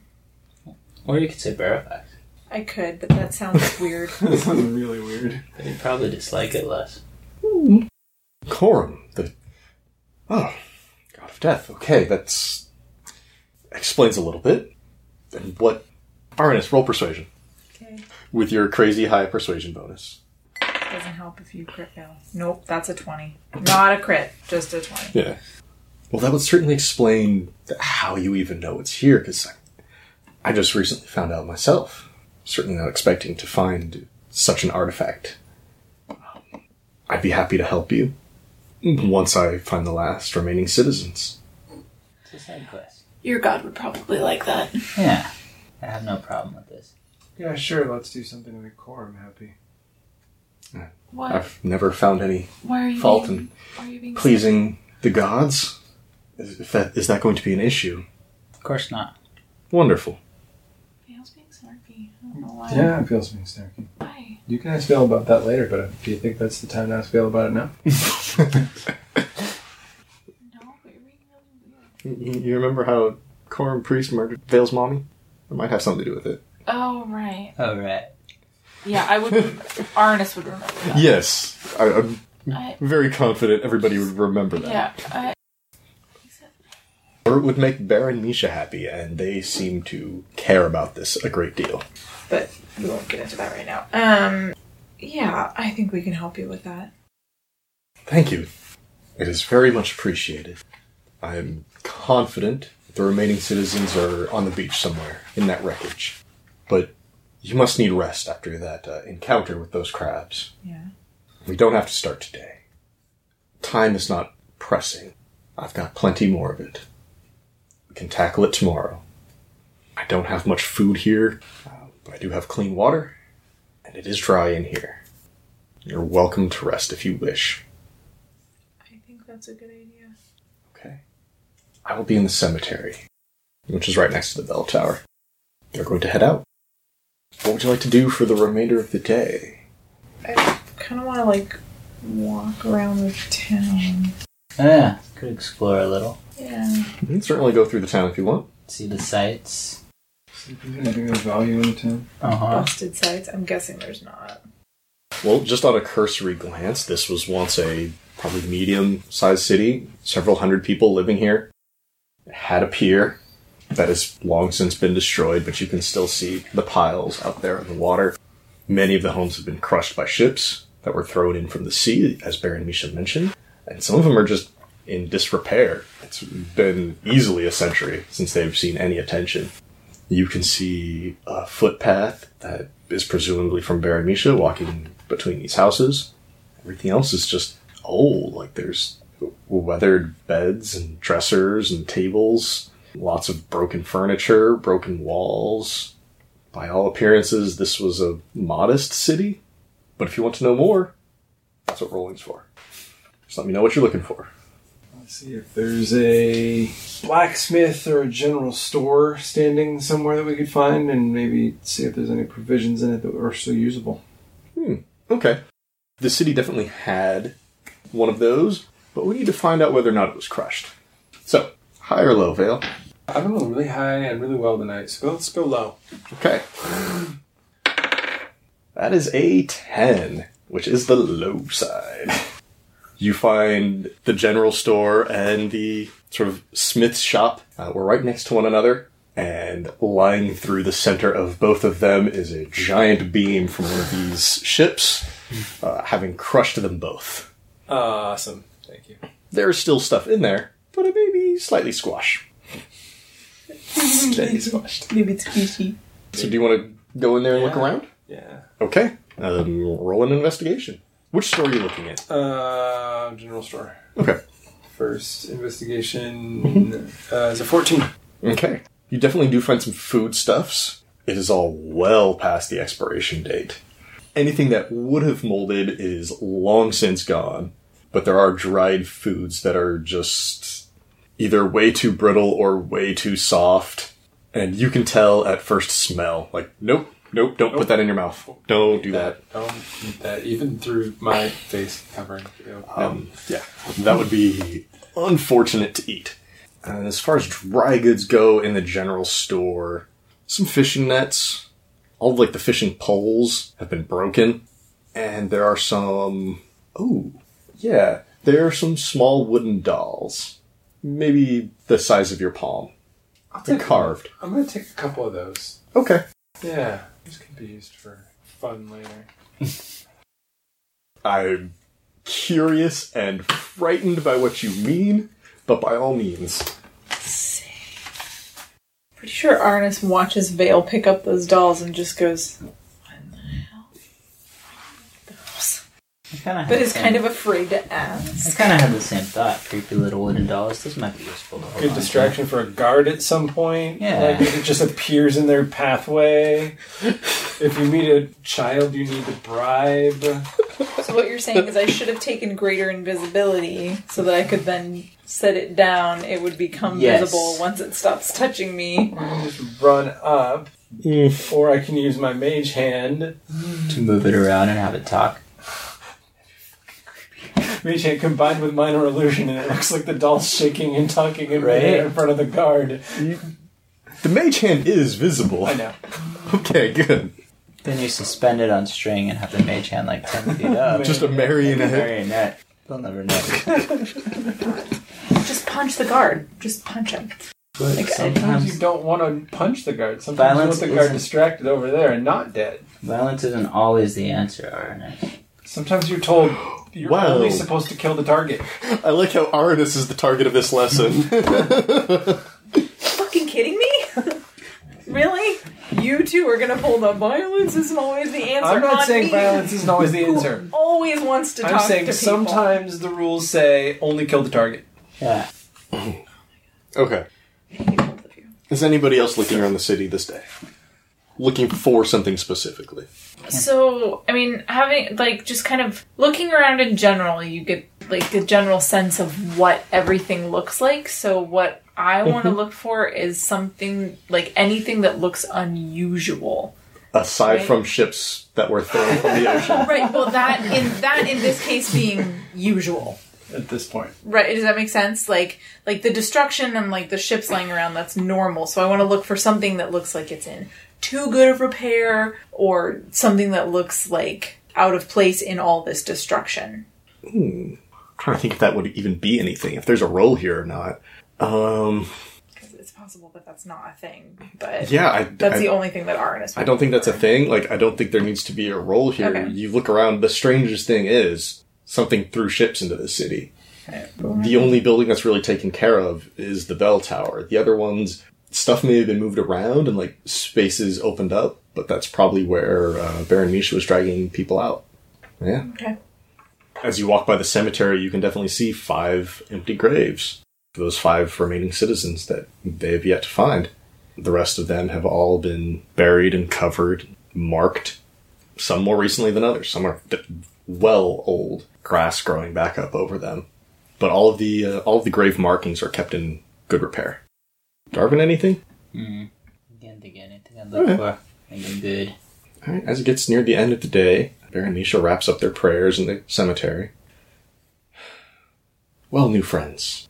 Speaker 4: or you could say Barafax.
Speaker 6: I could, but that sounds weird.
Speaker 9: that sounds really weird.
Speaker 4: But he'd probably dislike it less.
Speaker 5: Corum, the. Oh, God of Death. Okay, that's. explains a little bit. And what. Arnis, roll persuasion.
Speaker 6: Okay.
Speaker 5: With your crazy high persuasion bonus.
Speaker 6: Doesn't help if you crit fail. Nope, that's a twenty. Not a crit, just a twenty.
Speaker 5: Yeah. Well, that would certainly explain th- how you even know it's here, because I, I just recently found out myself. Certainly not expecting to find such an artifact. I'd be happy to help you once I find the last remaining citizens.
Speaker 4: It's a side quest.
Speaker 6: Your god would probably like that.
Speaker 4: Yeah, I have no problem with this.
Speaker 9: Yeah, sure, let's do something to make Corum happy.
Speaker 6: What?
Speaker 5: I've never found any
Speaker 6: Why are you
Speaker 5: fault
Speaker 6: being,
Speaker 5: in
Speaker 6: why are you being
Speaker 5: pleasing the gods. Is, if that, is that going to be an issue?
Speaker 8: Of course not.
Speaker 5: Wonderful.
Speaker 6: Fail's being snarky. I don't know why.
Speaker 9: Yeah, it feels being snarky.
Speaker 6: Why?
Speaker 9: You guys feel about that later, but uh, do you think that's the time not to feel about it now?
Speaker 6: No, but you're being really weird.
Speaker 5: You, you remember how Coram Priest murdered Vale's mommy? It might have something to do with it.
Speaker 6: Oh right.
Speaker 8: All right.
Speaker 6: Yeah, I would. Arnis would remember that.
Speaker 5: Yes, I, I'm
Speaker 6: I,
Speaker 5: very confident everybody would remember that.
Speaker 6: yeah. I,
Speaker 5: Or it would make Baron Misha happy, and they seem to care about this a great deal.
Speaker 6: but we won't get into that right now. Um. Yeah, I think we can help you with that.
Speaker 5: Thank you. It is very much appreciated. I am confident the remaining citizens are on the beach somewhere in that wreckage. But you must need rest after that uh, encounter with those crabs.
Speaker 6: Yeah.
Speaker 5: We don't have to start today. Time is not pressing. I've got plenty more of it. We can tackle it tomorrow. I don't have much food here, uh, but I do have clean water, and it is dry in here. You're welcome to rest if you wish.
Speaker 6: I think that's a good idea.
Speaker 5: Okay. I will be in the cemetery, which is right next to the bell tower. They're going to head out. What would you like to do for the remainder of the day?
Speaker 6: I kind of want to like walk around the town.
Speaker 8: Yeah, could explore a little,
Speaker 6: Yeah.
Speaker 5: You can certainly go through the town if you want.
Speaker 8: see the sights.
Speaker 9: Is there any value in the town?
Speaker 8: Uh
Speaker 4: Uh-huh.
Speaker 8: huh.
Speaker 6: Busted sites. I'm guessing there's not.
Speaker 5: Well, just on a cursory glance, this was once a probably medium sized city, several hundred people living here. It had a pier that has long since been destroyed, but you can still see the piles out there in the water. Many of the homes have been crushed by ships that were thrown in from the sea, as Baron Misha mentioned, and some of them are just in disrepair. It's been easily a century since they've seen any attention. You can see a footpath that is presumably from Baron Misha walking between these houses. Everything else is just old. Like there's weathered beds and dressers and tables, lots of broken furniture, broken walls. By all appearances, this was a modest city. But if you want to know more, that's what rolling's for. Just let me know what you're looking for.
Speaker 9: Let's see if there's a blacksmith or a general store standing somewhere that we could find, and maybe see if there's any provisions in it that are still usable.
Speaker 5: Hmm, Okay. The city definitely had one of those, but we need to find out whether or not it was crushed. So, high or low, Vale?
Speaker 9: I've been really high and really well tonight, so let's go low.
Speaker 5: Okay. That is a 10, which is the low side. You find the general store and the sort of smith shop uh, were right next to one another, and lying through the center of both of them is a giant beam from one of these ships, uh, having crushed them both.
Speaker 9: Ah, Awesome. Thank you.
Speaker 5: There's still stuff in there, but it may be slightly squash. slightly squashed.
Speaker 6: Maybe it's E fishy.
Speaker 5: So, do you want to go in there and look
Speaker 9: Yeah.
Speaker 5: around?
Speaker 9: Yeah.
Speaker 5: Okay. Um, roll an investigation. Which store are you looking at?
Speaker 9: Uh, general store.
Speaker 5: Okay.
Speaker 9: First investigation uh, is a 14.
Speaker 5: Okay. You definitely do find some foodstuffs. It is all well past the expiration date. Anything that would have molded is long since gone, but there are dried foods that are just either way too brittle or way too soft. And you can tell at first smell, like, nope, nope, don't put that in your mouth. Don't do that.
Speaker 9: Don't eat that, even through my face covering. Um,
Speaker 5: Yeah, that would be unfortunate to eat. And as far as dry goods go in the general store, some fishing nets, all of, like the fishing poles have been broken, and there are some. Oh, yeah, there are some small wooden dolls, maybe the size of your palm. They're carved.
Speaker 9: I'm going to take a couple of those.
Speaker 5: Okay.
Speaker 9: Yeah, these could be used for fun later.
Speaker 5: I'm curious and frightened by what you mean, but by all means,
Speaker 6: Pretty sure Arnis watches Vale pick up those dolls and just goes, "What the hell? Those?" But is kind of afraid to
Speaker 8: I
Speaker 6: ask.
Speaker 8: kind of had the same thought. Creepy little wooden dolls. This might be useful. To hold on
Speaker 9: Good
Speaker 8: to.
Speaker 9: distraction for a guard at some point.
Speaker 8: Yeah.
Speaker 9: Like if it just appears in their pathway. if you meet a child you need to bribe.
Speaker 6: So what you're saying is I should have taken greater invisibility so that I could then set it down. It would become
Speaker 4: Yes.
Speaker 6: visible once it stops touching me.
Speaker 9: Just run up, or I can use my mage hand.
Speaker 4: To move it around and have it talk.
Speaker 9: Mage hand combined with minor illusion, and it looks like the doll's shaking and talking in midair in front of the guard.
Speaker 5: The mage hand is visible.
Speaker 9: I know.
Speaker 5: Okay, good.
Speaker 4: Then you suspend it on string and have the mage hand like 10 feet up.
Speaker 5: Just a marionette.
Speaker 4: Marionette. They'll never know.
Speaker 6: Just punch the guard. Just punch him.
Speaker 4: But
Speaker 9: Sometimes you
Speaker 4: sometimes
Speaker 9: don't want to punch the guard. Sometimes
Speaker 4: Violence
Speaker 9: you want the guard
Speaker 4: isn't-
Speaker 9: distracted over there and not dead.
Speaker 4: violence isn't always the answer, Arnett.
Speaker 9: Sometimes you're told you're
Speaker 5: Wow.
Speaker 9: only supposed to kill the target.
Speaker 5: I like how Aranus is the target of this lesson.
Speaker 6: Fucking kidding me? really? You two are gonna pull the violence isn't always the answer.
Speaker 9: I'm not
Speaker 6: on
Speaker 9: saying
Speaker 6: me,
Speaker 9: violence isn't always the answer.
Speaker 6: who Always wants to
Speaker 9: I'm
Speaker 6: talk to
Speaker 9: saying
Speaker 6: people.
Speaker 9: sometimes the rules say only kill the target.
Speaker 4: Yeah.
Speaker 5: okay.
Speaker 6: Hate both of you.
Speaker 5: Is anybody else looking around the city this day? Looking for something specifically?
Speaker 6: So, I mean, having like just kind of looking around in general, you get like the general sense of what everything looks like. So, what I want
Speaker 9: Mm-hmm.
Speaker 6: to look for is something like anything that looks unusual.
Speaker 5: Aside
Speaker 6: Right.
Speaker 5: from ships that were thrown from the ocean.
Speaker 6: Right. Well, that in that in this case being usual.
Speaker 9: At this point,
Speaker 6: Right. Does that make sense? Like like the destruction and like the ships lying around that's normal. So I want to look for something that looks like it's in too good of repair or something that looks like out of place in all this destruction.
Speaker 5: I'm trying to think if that would even be anything, if there's a role here or not. Um,
Speaker 6: it's possible that that's not a thing. But
Speaker 5: yeah, I,
Speaker 6: that's
Speaker 5: I-
Speaker 6: the only thing that Arnis.
Speaker 5: I don't think that's a thing. Like, I don't think there needs to be a role here.
Speaker 6: Okay.
Speaker 5: You look around, the strangest thing is something threw ships into the city. The only building that's really taken care of is the bell tower. The other ones, stuff may have been moved around and like spaces opened up, but that's probably where uh, Baron Misha was dragging people out. Yeah.
Speaker 6: Okay.
Speaker 5: As you walk by the cemetery, you can definitely see five empty graves. for Those five remaining citizens that they have yet to find. The rest of them have all been buried and covered, marked. Some more recently than others. Some are d- well old, grass growing back up over them. But all of the uh, all of the grave markings are kept in good repair. Darwin, anything?
Speaker 4: Hmm. Didn't think anything I'd look for. Anything good.
Speaker 5: All right. As it gets near the end of the day, Baron Misha wraps up their prayers in the cemetery. Well, new friends,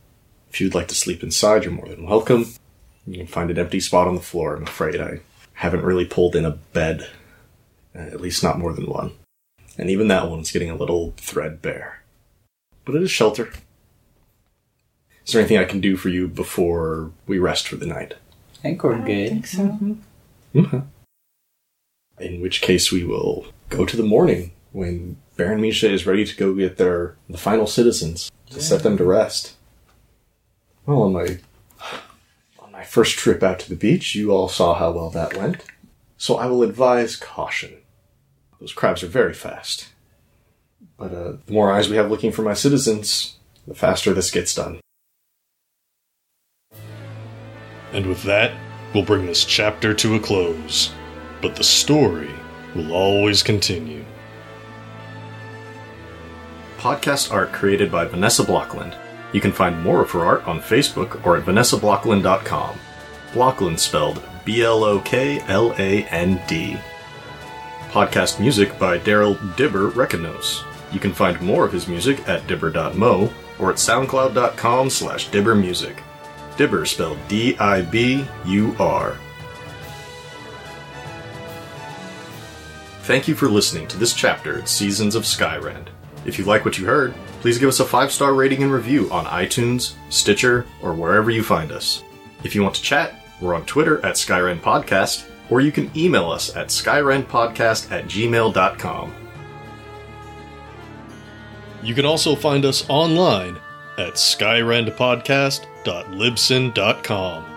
Speaker 5: if you'd like to sleep inside, you're more than welcome. You can find an empty spot on the floor. I'm afraid I haven't really pulled in a bed, uh, at least not more than one. And even that one's getting a little threadbare. But it is shelter. Is there anything I can do for you before we rest for the night?
Speaker 4: I think we're good. Mm-hmm.
Speaker 5: Okay. In which case, we will go to the morning when Baron Misha is ready to go get their the final citizens to set them to rest. Well, on my on my first trip out to the beach, you all saw how well that went. So I will advise caution. Those crabs are very fast. But uh, the more eyes we have looking for my citizens, the faster this gets done.
Speaker 1: And with that, we'll bring this chapter to a close. But the story will always continue.
Speaker 5: podcast art created by Vanessa Blockland. You can find more of her art on Facebook or at vanessablockland.com. Blockland spelled B L O K L A N D. Podcast music by Daryl Dibber Reconos. You can find more of his music at dibber.mo or at soundcloud.com slash dibbermusic. Dibber spelled D I B U R. Thank you for listening to this chapter at Seasons of Skyrend. If you like what you heard, please give us a five star rating and review on iTunes, Stitcher, or wherever you find us. If you want to chat, we're on Twitter at Skyrend Podcast, or you can email us at skyrendpodcast at gmail.com.
Speaker 1: You can also find us online at skyrendpodcast.libsen.com.